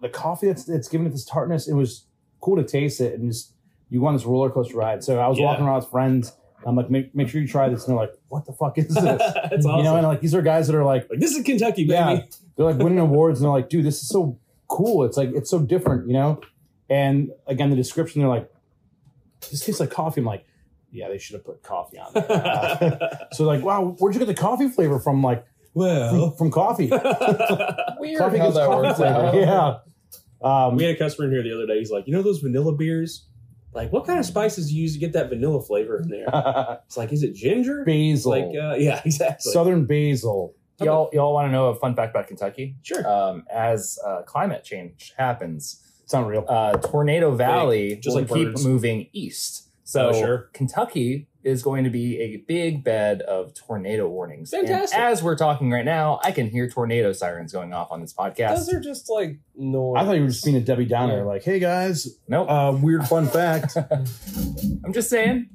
S3: the coffee that's that's giving it this tartness? It was cool to taste it, and just you go on this roller coaster ride. So I was
S2: Yeah.
S3: walking around with friends. and I'm like, make, make sure you try this, and they're like, what the fuck is
S2: bit.
S3: this?
S2: it's awesome.
S3: You know, and like these are guys that are like
S2: like this is Kentucky, baby.
S3: Yeah. they're like winning awards and they're like, dude, this is so cool. It's like it's so different, you know? And again, the description, they're like, this tastes like coffee. I'm like, yeah, they should have put coffee on there. so like, wow, where'd you get the coffee flavor from? Like, from,
S2: well,
S3: from coffee.
S4: Weird
S3: coffee
S4: how
S3: gives
S4: that
S3: coffee
S4: works out.
S3: flavor. Yeah. Um,
S2: we had a customer in here the other day. He's like, you know those vanilla beers? Like, what kind of spices do you use to get that vanilla flavor in there? It's like, is it ginger?
S3: basil,
S2: Like, uh, yeah, exactly.
S3: southern basil.
S1: y'all, y'all want to know a fun fact about Kentucky?
S2: sure.
S1: Um, as uh, climate change happens,
S3: It's not real.
S1: uh, Tornado Valley
S2: just
S1: will
S2: like
S1: keep
S2: birds.
S1: moving east. So
S2: Oh, sure.
S1: Kentucky is going to be a big bed of tornado warnings. And
S2: Fantastic.
S1: as we're talking right now, I can hear tornado sirens going off on this podcast.
S4: Those are just like noise.
S3: I thought you were just being a Debbie Downer. Like, hey guys,
S1: nope.
S3: uh, weird fun fact.
S1: I'm just saying,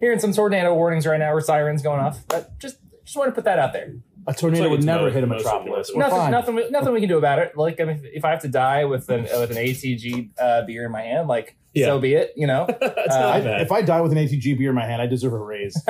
S1: hearing some tornado warnings right now or sirens going off. But just just want to put that out there.
S3: A tornado
S2: It's like
S3: would
S2: it's
S3: never
S2: most-
S3: hit a
S2: most of
S3: metropolis.
S2: the
S3: We're
S1: nothing,
S3: fine.
S1: nothing, we- nothing we can do about it. Like, I mean, if I have to die with an with an ATG uh, beer in my hand, like,
S2: Yeah.
S1: so be it. You know,
S2: It's
S1: uh,
S3: I-
S2: not bad.
S3: if I die with an ATG beer in my hand, I deserve a raise.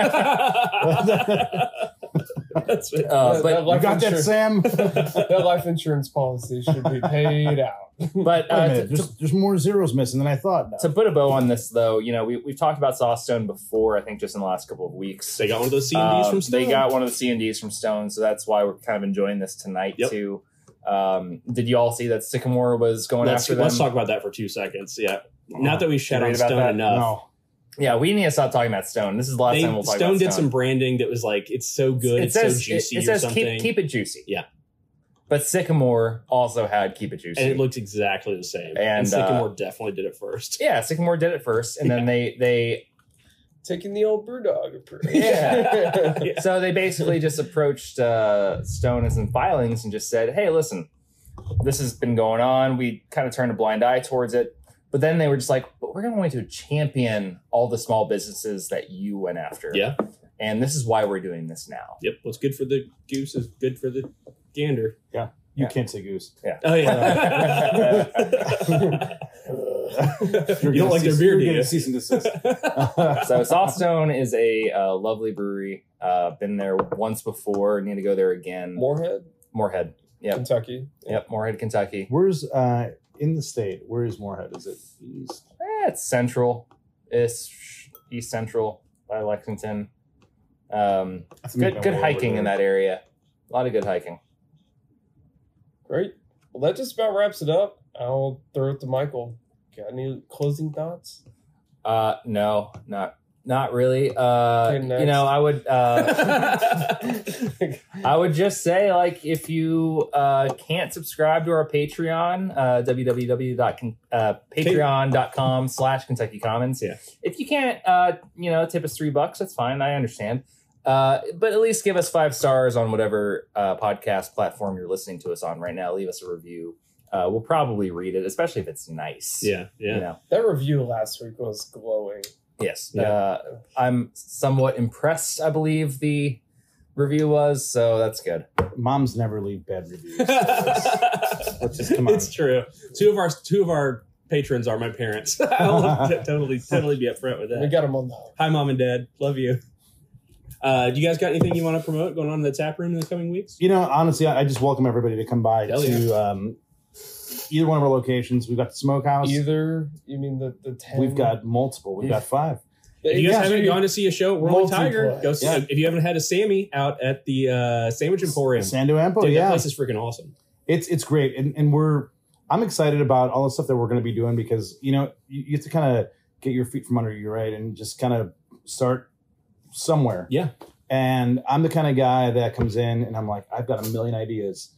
S2: That's it.
S1: uh,
S4: That-
S1: but
S4: that
S3: You
S4: life
S3: got that,
S4: insur-
S1: Uh,
S3: Sam?
S4: that life insurance policy should be paid out.
S1: but
S3: Wait a
S1: uh,
S3: minute,
S1: to-
S3: there's, there's more zeros missing than I thought. now.
S1: to put a bow on this, though, you know, we, we've talked about Sawstone before, I think just in the last couple of weeks.
S2: they got one of those C and
S1: Uh,
S2: D's from Stone.
S1: They got one of the C&Ds from Stone, so that's why we're kind of enjoying this tonight,
S2: Yep.
S1: too. Um, did you all see that Sycamore was going
S2: Let's,
S1: after them?
S2: let's talk about that for two seconds. Yeah, not that we shat
S1: you
S2: on
S1: read about
S2: Stone
S1: that?
S2: enough.
S3: no,
S1: Yeah, we need to stop talking about Stone. This is the last
S2: They,
S1: time we'll talk
S2: Stone
S1: about
S2: did
S1: Stone.
S2: some branding that was like, it's so good,
S1: it
S2: it's
S1: says,
S2: so juicy
S1: it, it
S2: or
S1: says
S2: something.
S1: keep, keep it juicy.
S2: Yeah.
S1: But Sycamore also had keep it juicy.
S2: and it looked exactly the same. And,
S1: And,
S2: Sycamore definitely did it first.
S1: yeah, Sycamore did it first, and then they they
S4: Taking the old BrewDog approach.
S1: Yeah.
S2: Yeah.
S1: So they basically just approached uh, Stone and some filings and just said, "Hey, listen, this has been going on. We kind of turned a blind eye towards it." But then they were just like, "But we're going to champion all the small businesses that you went after."
S2: Yeah.
S1: And this is why we're doing this now.
S2: Yep. What's good for the goose is good for the gander.
S3: you
S1: Yeah.
S3: can't say goose.
S2: Oh yeah.
S3: You're
S2: you don't
S3: gonna
S2: like their
S3: cease-
S2: beer,
S3: you're
S2: do
S3: gonna
S2: you?
S3: Cease and desist.
S1: So Softstone is a uh, lovely brewery. Uh, been there once before. Need to go there again.
S4: Moorhead,
S1: Moorhead. Yep.
S4: Kentucky.
S1: Yep. Moorhead, Kentucky.
S3: Where's uh, in the state? Where is Moorhead? Is it east?
S1: Eh, it's central, it's east central by Lexington. Um, good, good hiking in that area. A lot of good hiking.
S4: Great. Well, that just about wraps it up. I'll throw it to Michael. Got any closing thoughts?
S1: Uh, no, not not really. Uh,
S4: Okay, next.
S1: you know, I would uh,
S4: Thank
S1: I would just say like if you uh, can't subscribe to our Patreon, uh, www.patreon.com uh, patreon.com slash Kentucky Commons.
S2: Yeah.
S1: If you can't, uh, you know, tip us three bucks, that's fine. I understand. Uh, but at least give us five stars on whatever uh, podcast platform you're listening to us on right now. Leave us a review. Uh, we'll probably read it, especially if it's nice.
S2: yeah,
S1: You
S2: yeah.
S1: know?
S4: That review last week was glowing.
S1: Yes.
S2: Yeah.
S1: Uh, I'm somewhat impressed, I believe the review was. So that's good.
S3: Moms never leave bad reviews. Let's- let's just come on.
S2: It's true. Two of our two of our patrons are my parents. I'll t- totally totally be upfront with
S4: We
S2: that.
S4: got him on the
S2: Hi, mom and dad. Love you. Uh, do you guys got anything you want to promote going on in the tap room in the coming weeks?
S3: You know, honestly, I, I just welcome everybody to come by
S2: Hell
S3: to
S2: yeah.
S3: um, either one of our locations. We've got the smokehouse.
S4: either. You mean the the ten?
S3: We've got multiple. We've got five.
S2: If you guys
S4: Yeah.
S2: haven't gone to see a show at Whirling Tiger,
S4: Multiplex.
S2: go see,
S3: Yeah.
S2: if you haven't had a Sammy out at the uh, Sandwich Emporium.
S3: Sando Ampo.
S2: Dude, that
S3: yeah,
S2: place is freaking awesome.
S3: it's it's great and and we're i'm excited about all the stuff that we're going to be doing because you know you, you have to kind of get your feet from under you right and just kind of start somewhere
S2: Yeah.
S3: and i'm the kind of guy that comes in and i'm like i've got a million ideas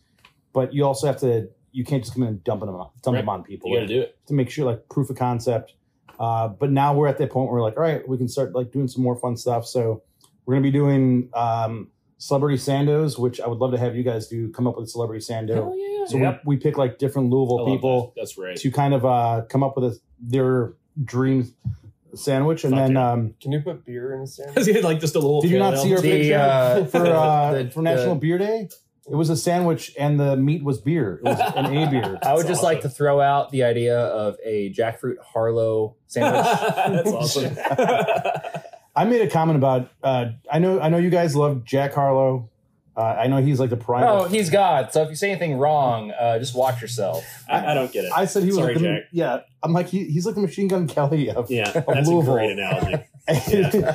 S3: but you also have to you can't just come in and dump them on, dump
S2: Right.
S3: them on people
S2: You got to do it.
S3: to make sure like proof of concept. Uh, but now we're at that point where we're like, all right, we can start like doing some more fun stuff. So we're gonna be doing um, celebrity sandos, which I would love to have you guys do. Come up with a celebrity sando.
S1: yeah.
S3: So we, we pick like different
S2: I
S3: Louisville
S2: love
S3: people
S2: that. That's right.
S3: to kind of uh, come up with a, their dream sandwich, and
S2: Fuck
S3: then
S2: yeah.
S3: um,
S4: Can you put beer in a sandwich?
S2: Because he had like just a little.
S3: did you not
S2: pale
S3: see
S2: ale.
S3: her
S1: The,
S3: picture
S1: uh,
S3: for uh,
S1: the-
S3: for National Beer Day? It was a sandwich, and the meat was beer. It was an A beer.
S1: I would
S2: That's
S1: just like to
S2: awesome.
S1: throw out the idea of a jackfruit Harlow sandwich.
S2: That's awesome.
S3: I made a comment about. Uh, I know. I know you guys love Jack Harlow. Uh, I know he's like the prime.
S1: no, Oh, he's God. So if you say anything wrong, uh, just watch yourself.
S2: I, I don't get it.
S3: I said he was
S2: Sorry,
S3: like the,
S2: Jack.
S3: yeah. I'm like he, he's like the Machine Gun Kelly of
S2: yeah, that's a
S3: Louisville.
S2: great analogy.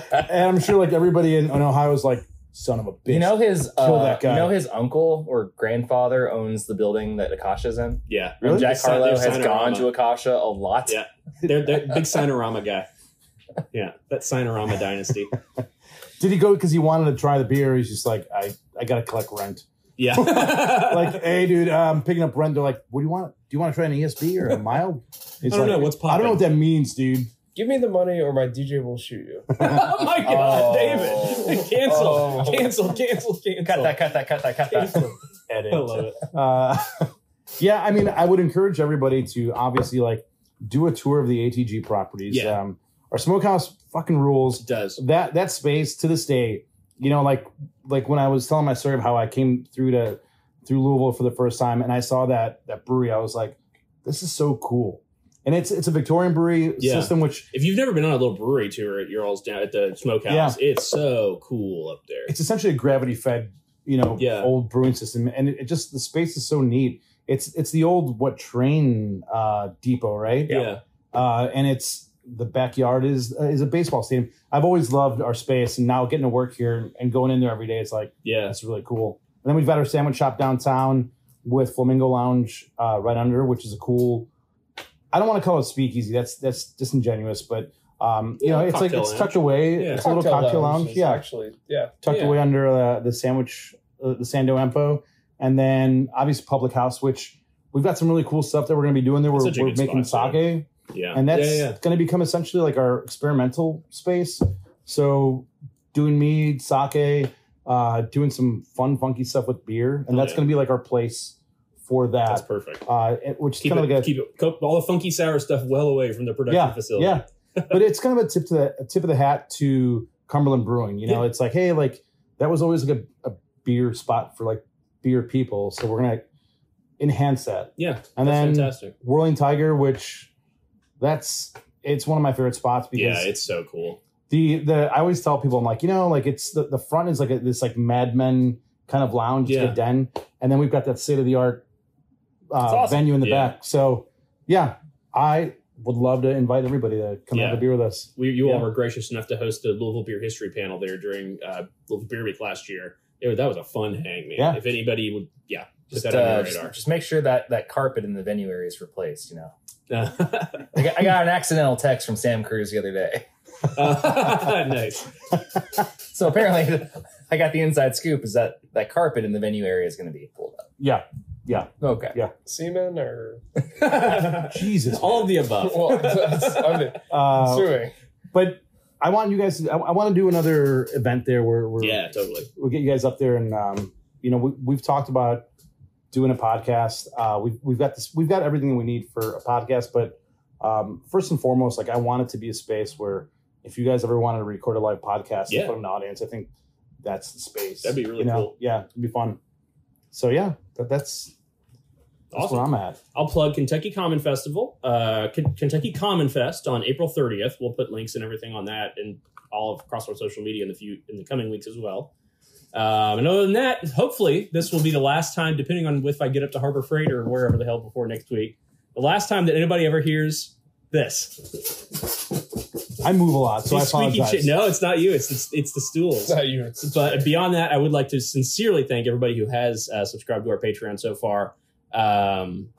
S3: and I'm sure like everybody in, in Ohio is like, son of a bitch.
S1: You know his
S3: Kill
S1: uh,
S3: that guy.
S1: you know his uncle or grandfather owns the building that Akasha's in.
S2: Yeah,
S1: And
S3: Really?
S1: Jack
S2: Their sign-
S1: Harlow
S2: their
S1: has gone
S2: signorama.
S1: to Akasha a lot.
S2: Yeah. they're, they're big Sinorama guy. Yeah, that Sinorama dynasty.
S3: Did he go because he wanted to try the beer? He's just like, I, I gotta collect rent.
S2: Yeah,
S3: Like, hey, dude, I'm picking up rent. They're like, what do you want? Do you want to try an ESB or a mild? He's
S2: I don't
S3: like,
S2: know what's
S3: I don't know what
S2: popping."
S3: that means, dude.
S4: Give me the money or my DJ will shoot you.
S2: oh my
S1: Oh.
S2: god, David! Cancel,
S1: Oh.
S2: cancel, cancel, cancel.
S1: Cut that, cut that, cut that, cut that.
S2: I love it.
S3: Uh, yeah, I mean, I would encourage everybody to obviously like do a tour of the ATG properties.
S2: Yeah.
S3: Um, our smokehouse fucking rules.
S2: It does.
S3: that that space to this day, you know, like like when I was telling my story of how I came through to through Louisville for the first time and I saw that that brewery, I was like, this is so cool. And it's it's a Victorian brewery
S2: Yeah.
S3: system, which
S2: If you've never been on a little brewery tour at your all's down at the smokehouse, it's so cool up there.
S3: it's essentially a gravity fed, you know,
S2: Yeah.
S3: old brewing system. And it, it just the space is so neat. It's it's the old what train uh, depot, right?
S2: Yeah,
S3: uh, and it's the backyard is is a baseball stadium. I've always loved our space, and now getting to work here and going in there every day, it's like
S2: yeah.
S3: that's really cool. And then we've got our sandwich shop downtown with Flamingo Lounge uh, right under, which is a cool. I don't want to call it speakeasy. That's that's disingenuous, but um, you know,
S2: Yeah,
S3: it's like
S2: cocktail
S3: it's
S2: lounge.
S3: tucked away.
S2: Yeah.
S3: It's a little cocktail lounge,
S4: is
S3: yeah,
S4: Actually, yeah.
S3: tucked
S2: Yeah.
S3: away under uh, the sandwich, uh, the Sando Empo, and then obviously Public House, which. We've got some really cool stuff that we're going to be doing there.
S2: That's
S3: We're,
S2: such a
S3: we're
S2: good
S3: making
S2: spot, too.
S3: sake
S2: Yeah.
S3: and that's
S2: yeah, yeah.
S3: going to become essentially like our experimental space. So, doing mead, sake, uh, doing some fun, funky stuff with beer, and
S2: Oh,
S3: that's
S2: yeah.
S3: going to be like our place for
S2: That's
S3: that.
S2: perfect.
S3: Uh, it- which is
S2: Keep
S3: kind
S2: it,
S3: of like a
S2: keep it, co- all the funky sour stuff well away from the production
S3: yeah,
S2: facility.
S3: yeah. but it's kind of a tip to the a tip of the hat to Cumberland Brewing. You know, it's like hey, like that was always like a, a beer spot for like beer people, so we're gonna enhance that.
S2: Yeah,
S3: and
S2: that's
S3: then
S2: fantastic.
S3: Whirling Tiger, which that's it's one of my favorite spots because
S2: Yeah, it's so cool.
S3: the the I always tell people I'm like you know like it's the, the front is like a, this like Mad Men kind of lounge it's like
S2: Yeah.
S3: a den, and then we've got that state of the art uh,
S1: awesome.
S3: venue in the
S2: Yeah.
S3: back. So yeah, I would love to invite everybody to come have
S2: Yeah.
S3: a beer with us.
S2: We, you all
S3: Yeah.
S2: were gracious enough to host the Louisville Beer History panel there during uh, Louisville Beer Week last year. It was, that was a fun hang, man.
S3: Yeah.
S2: If anybody would, yeah, put
S1: Just,
S2: that on
S1: uh,
S2: your
S1: just,
S2: radar.
S1: just make sure that that carpet in the venue area is replaced. You know,
S2: Uh,
S1: I got, I got an accidental text from Sam Cruz the other day.
S2: uh, nice.
S1: So apparently, I got the inside scoop. Is that that carpet in the venue area is going to be pulled up?
S3: Yeah,
S1: Okay.
S4: Semen or
S3: Jesus.
S2: All of the above.
S4: well, that's- I'm
S3: Uh,
S4: assuming.
S3: but I want you guys. To, I, I want to do another event there where we're
S2: Yeah, totally.
S3: we'll get you guys up there and um, you know we, we've talked about doing a podcast uh, we've, we've got this we've got everything we need for a podcast but um, first and foremost like i want it to be a space where if you guys ever wanted to record a live podcast
S2: Yeah.
S3: and put an audience i think that's the space
S2: That'd be really
S3: you know?
S2: cool.
S3: yeah it'd be fun so yeah that, that's that's
S2: Awesome.
S3: where i'm at
S2: I'll plug Kentucky Common Festival, uh, K- Kentucky Common Fest on April 30th. We'll put links and everything on that and all of across our social media in the few in the coming weeks as well. Um, and other than that, hopefully this will be the last time, depending on if I get up to Harbor Freight or wherever the hell before next week, the last time that anybody ever hears this.
S3: i move a lot so i
S2: These squeaky
S3: apologize
S2: chi- no, it's not you. It's it's, it's the
S4: It's
S2: stools.
S4: not you. It's
S2: But beyond that, I would like to sincerely thank everybody who has uh, subscribed to our Patreon so far. Um,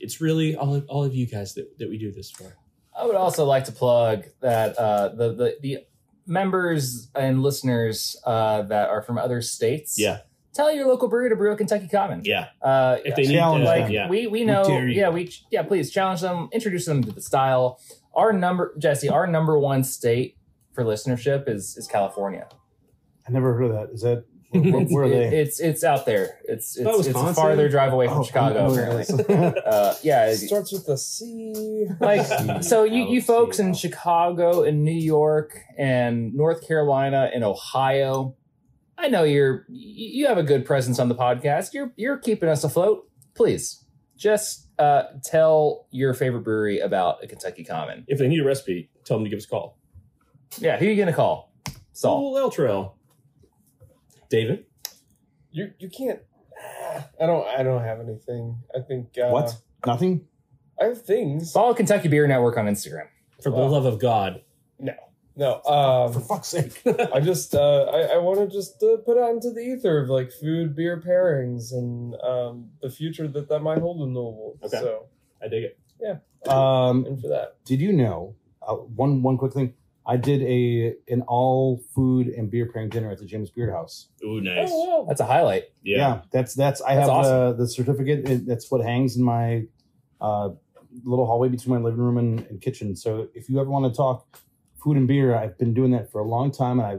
S2: it's really all of, all of you guys that, that we do this for.
S1: I would also like to plug that uh, the, the the members and listeners uh, that are from other states.
S2: Yeah.
S1: Tell your local brewery to brew a Kentucky Common.
S2: Yeah.
S1: Uh,
S2: If they
S3: Challenge
S2: need to,
S3: them.
S2: yeah.
S1: We we know.
S3: dare you.
S1: yeah, we yeah. Please challenge them. Introduce them to the style. Our number, Jesse. Our number one state for listenership is is California.
S3: i never heard of that is that Where, where are
S1: It-
S3: they?
S1: it's it's out there. It's
S2: Thought
S4: Oh,
S1: it's,
S2: it was
S1: it's a
S2: Wisconsin.
S1: farther drive away from
S3: Oh,
S1: Chicago.
S3: oh,
S1: Apparently,
S3: yes.
S1: uh, yeah.
S4: It
S1: it-
S4: starts with a C.
S1: like so you, you
S2: Ouch,
S1: folks in
S2: yeah.
S1: chicago and new york and north carolina and ohio i know you're you you have a good presence on the podcast you're you're keeping us afloat please just uh, tell your favorite brewery about a kentucky common
S2: If they need a recipe, tell them to give us a call.
S1: yeah who you gonna call saul
S2: Old L Trail. David.
S4: You you can't. ah, I don't I don't have anything. I think uh,
S3: what? Nothing?
S4: I have things.
S1: follow kentucky beer network on instagram
S2: For the
S4: Wow.
S2: love of God.
S4: No no.
S3: For
S4: Um,
S3: fuck's sake.
S4: I just uh, I I want to just uh, put out into the ether of like food beer pairings and um the future that that might hold in Louisville.
S2: Okay.
S4: So
S2: I dig it.
S3: Um,
S4: in for that.
S3: did you know uh, one one quick thing i did a an all food and beer pairing dinner at the james beard house
S2: Ooh, nice.
S4: Oh, wow.
S1: that's a highlight
S2: Yeah.
S3: that's that's i
S1: That's
S3: have uh,
S1: awesome.
S3: the, the certificate it, that's what hangs in my uh, little hallway between my living room and, and kitchen so if you ever want to talk food and beer i've been doing that for a long time and i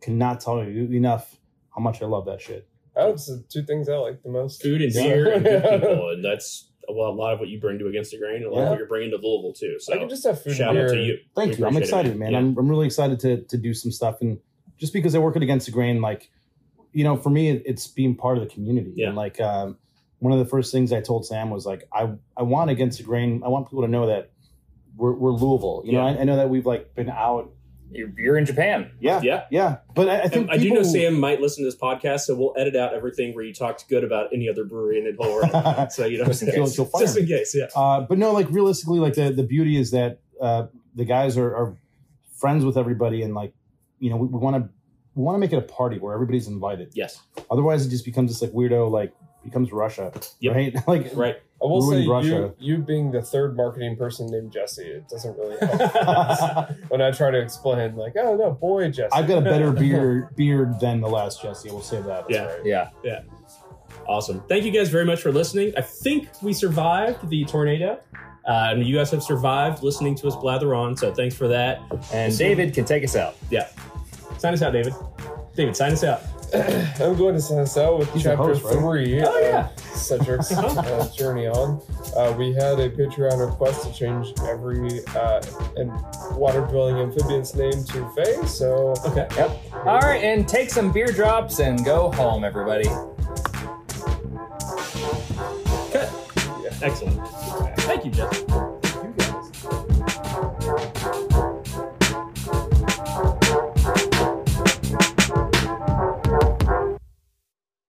S3: cannot tell you enough how much i love that shit
S4: That's the two things I like the most.
S2: Food and
S4: Yeah.
S2: beer and good people. And that's a lot, a lot of what you bring to Against the Grain and a lot of
S3: Yeah.
S2: what you're bringing to Louisville, too.
S4: I can
S2: So
S4: just have food
S2: shout
S4: and
S2: out
S4: beer.
S2: to you.
S3: thank
S2: We
S3: you i'm
S2: appreciate it,
S3: excited man
S2: Yeah.
S3: I'm, I'm really excited to, to do some stuff and just because i work it against the grain like you know for me it, it's being part of the community
S2: Yeah.
S3: and like um, one of the first things i told sam was like i i want against the grain i want people to know that we're, we're louisville you know
S2: Yeah.
S3: I, I know that we've like been out
S1: you're, you're in japan
S3: yeah yeah,
S2: yeah.
S3: but i, I
S2: And
S3: think
S2: I do know
S3: people-
S2: Sam might listen to this podcast, so we'll edit out everything where you talked good about any other brewery in the whole world. so you know,
S1: Just in
S3: she'll- she'll fire
S2: just
S3: me.
S2: in case, yeah.
S3: Uh, but no, like realistically, like the, the beauty is that uh, the guys are, are friends with everybody, and like you know, we want to we want to make it a party where everybody's invited.
S2: Yes,
S3: Otherwise, it just becomes this like weirdo, like becomes Russia,
S2: Yep.
S3: right? like
S2: right.
S4: I will
S3: Ruined
S4: say
S3: Russia.
S4: you, you being the third marketing person named Jesse, it doesn't really help when I try to explain like, oh no, boy Jesse.
S3: I've got a better beer beard than the last Jesse. We'll say that.
S2: Yeah.
S1: yeah
S2: Awesome. Thank you guys very much for listening. I think we survived the tornado. Uh, and you guys have survived listening to us blather on, so thanks for that.
S1: and david can take us out
S2: Sign us out, David. David, sign us out.
S4: I'm going to sign us out with
S3: He's the
S4: chapter
S3: host, right?
S4: three.
S2: Oh,
S4: of
S2: yeah.
S4: Cedric's uh, journey on. Uh, we had a Patreon request to change every uh, and water dwelling amphibian's name to Faye. So
S2: Okay.
S1: all right and take some beer drops and go home everybody
S2: Excellent.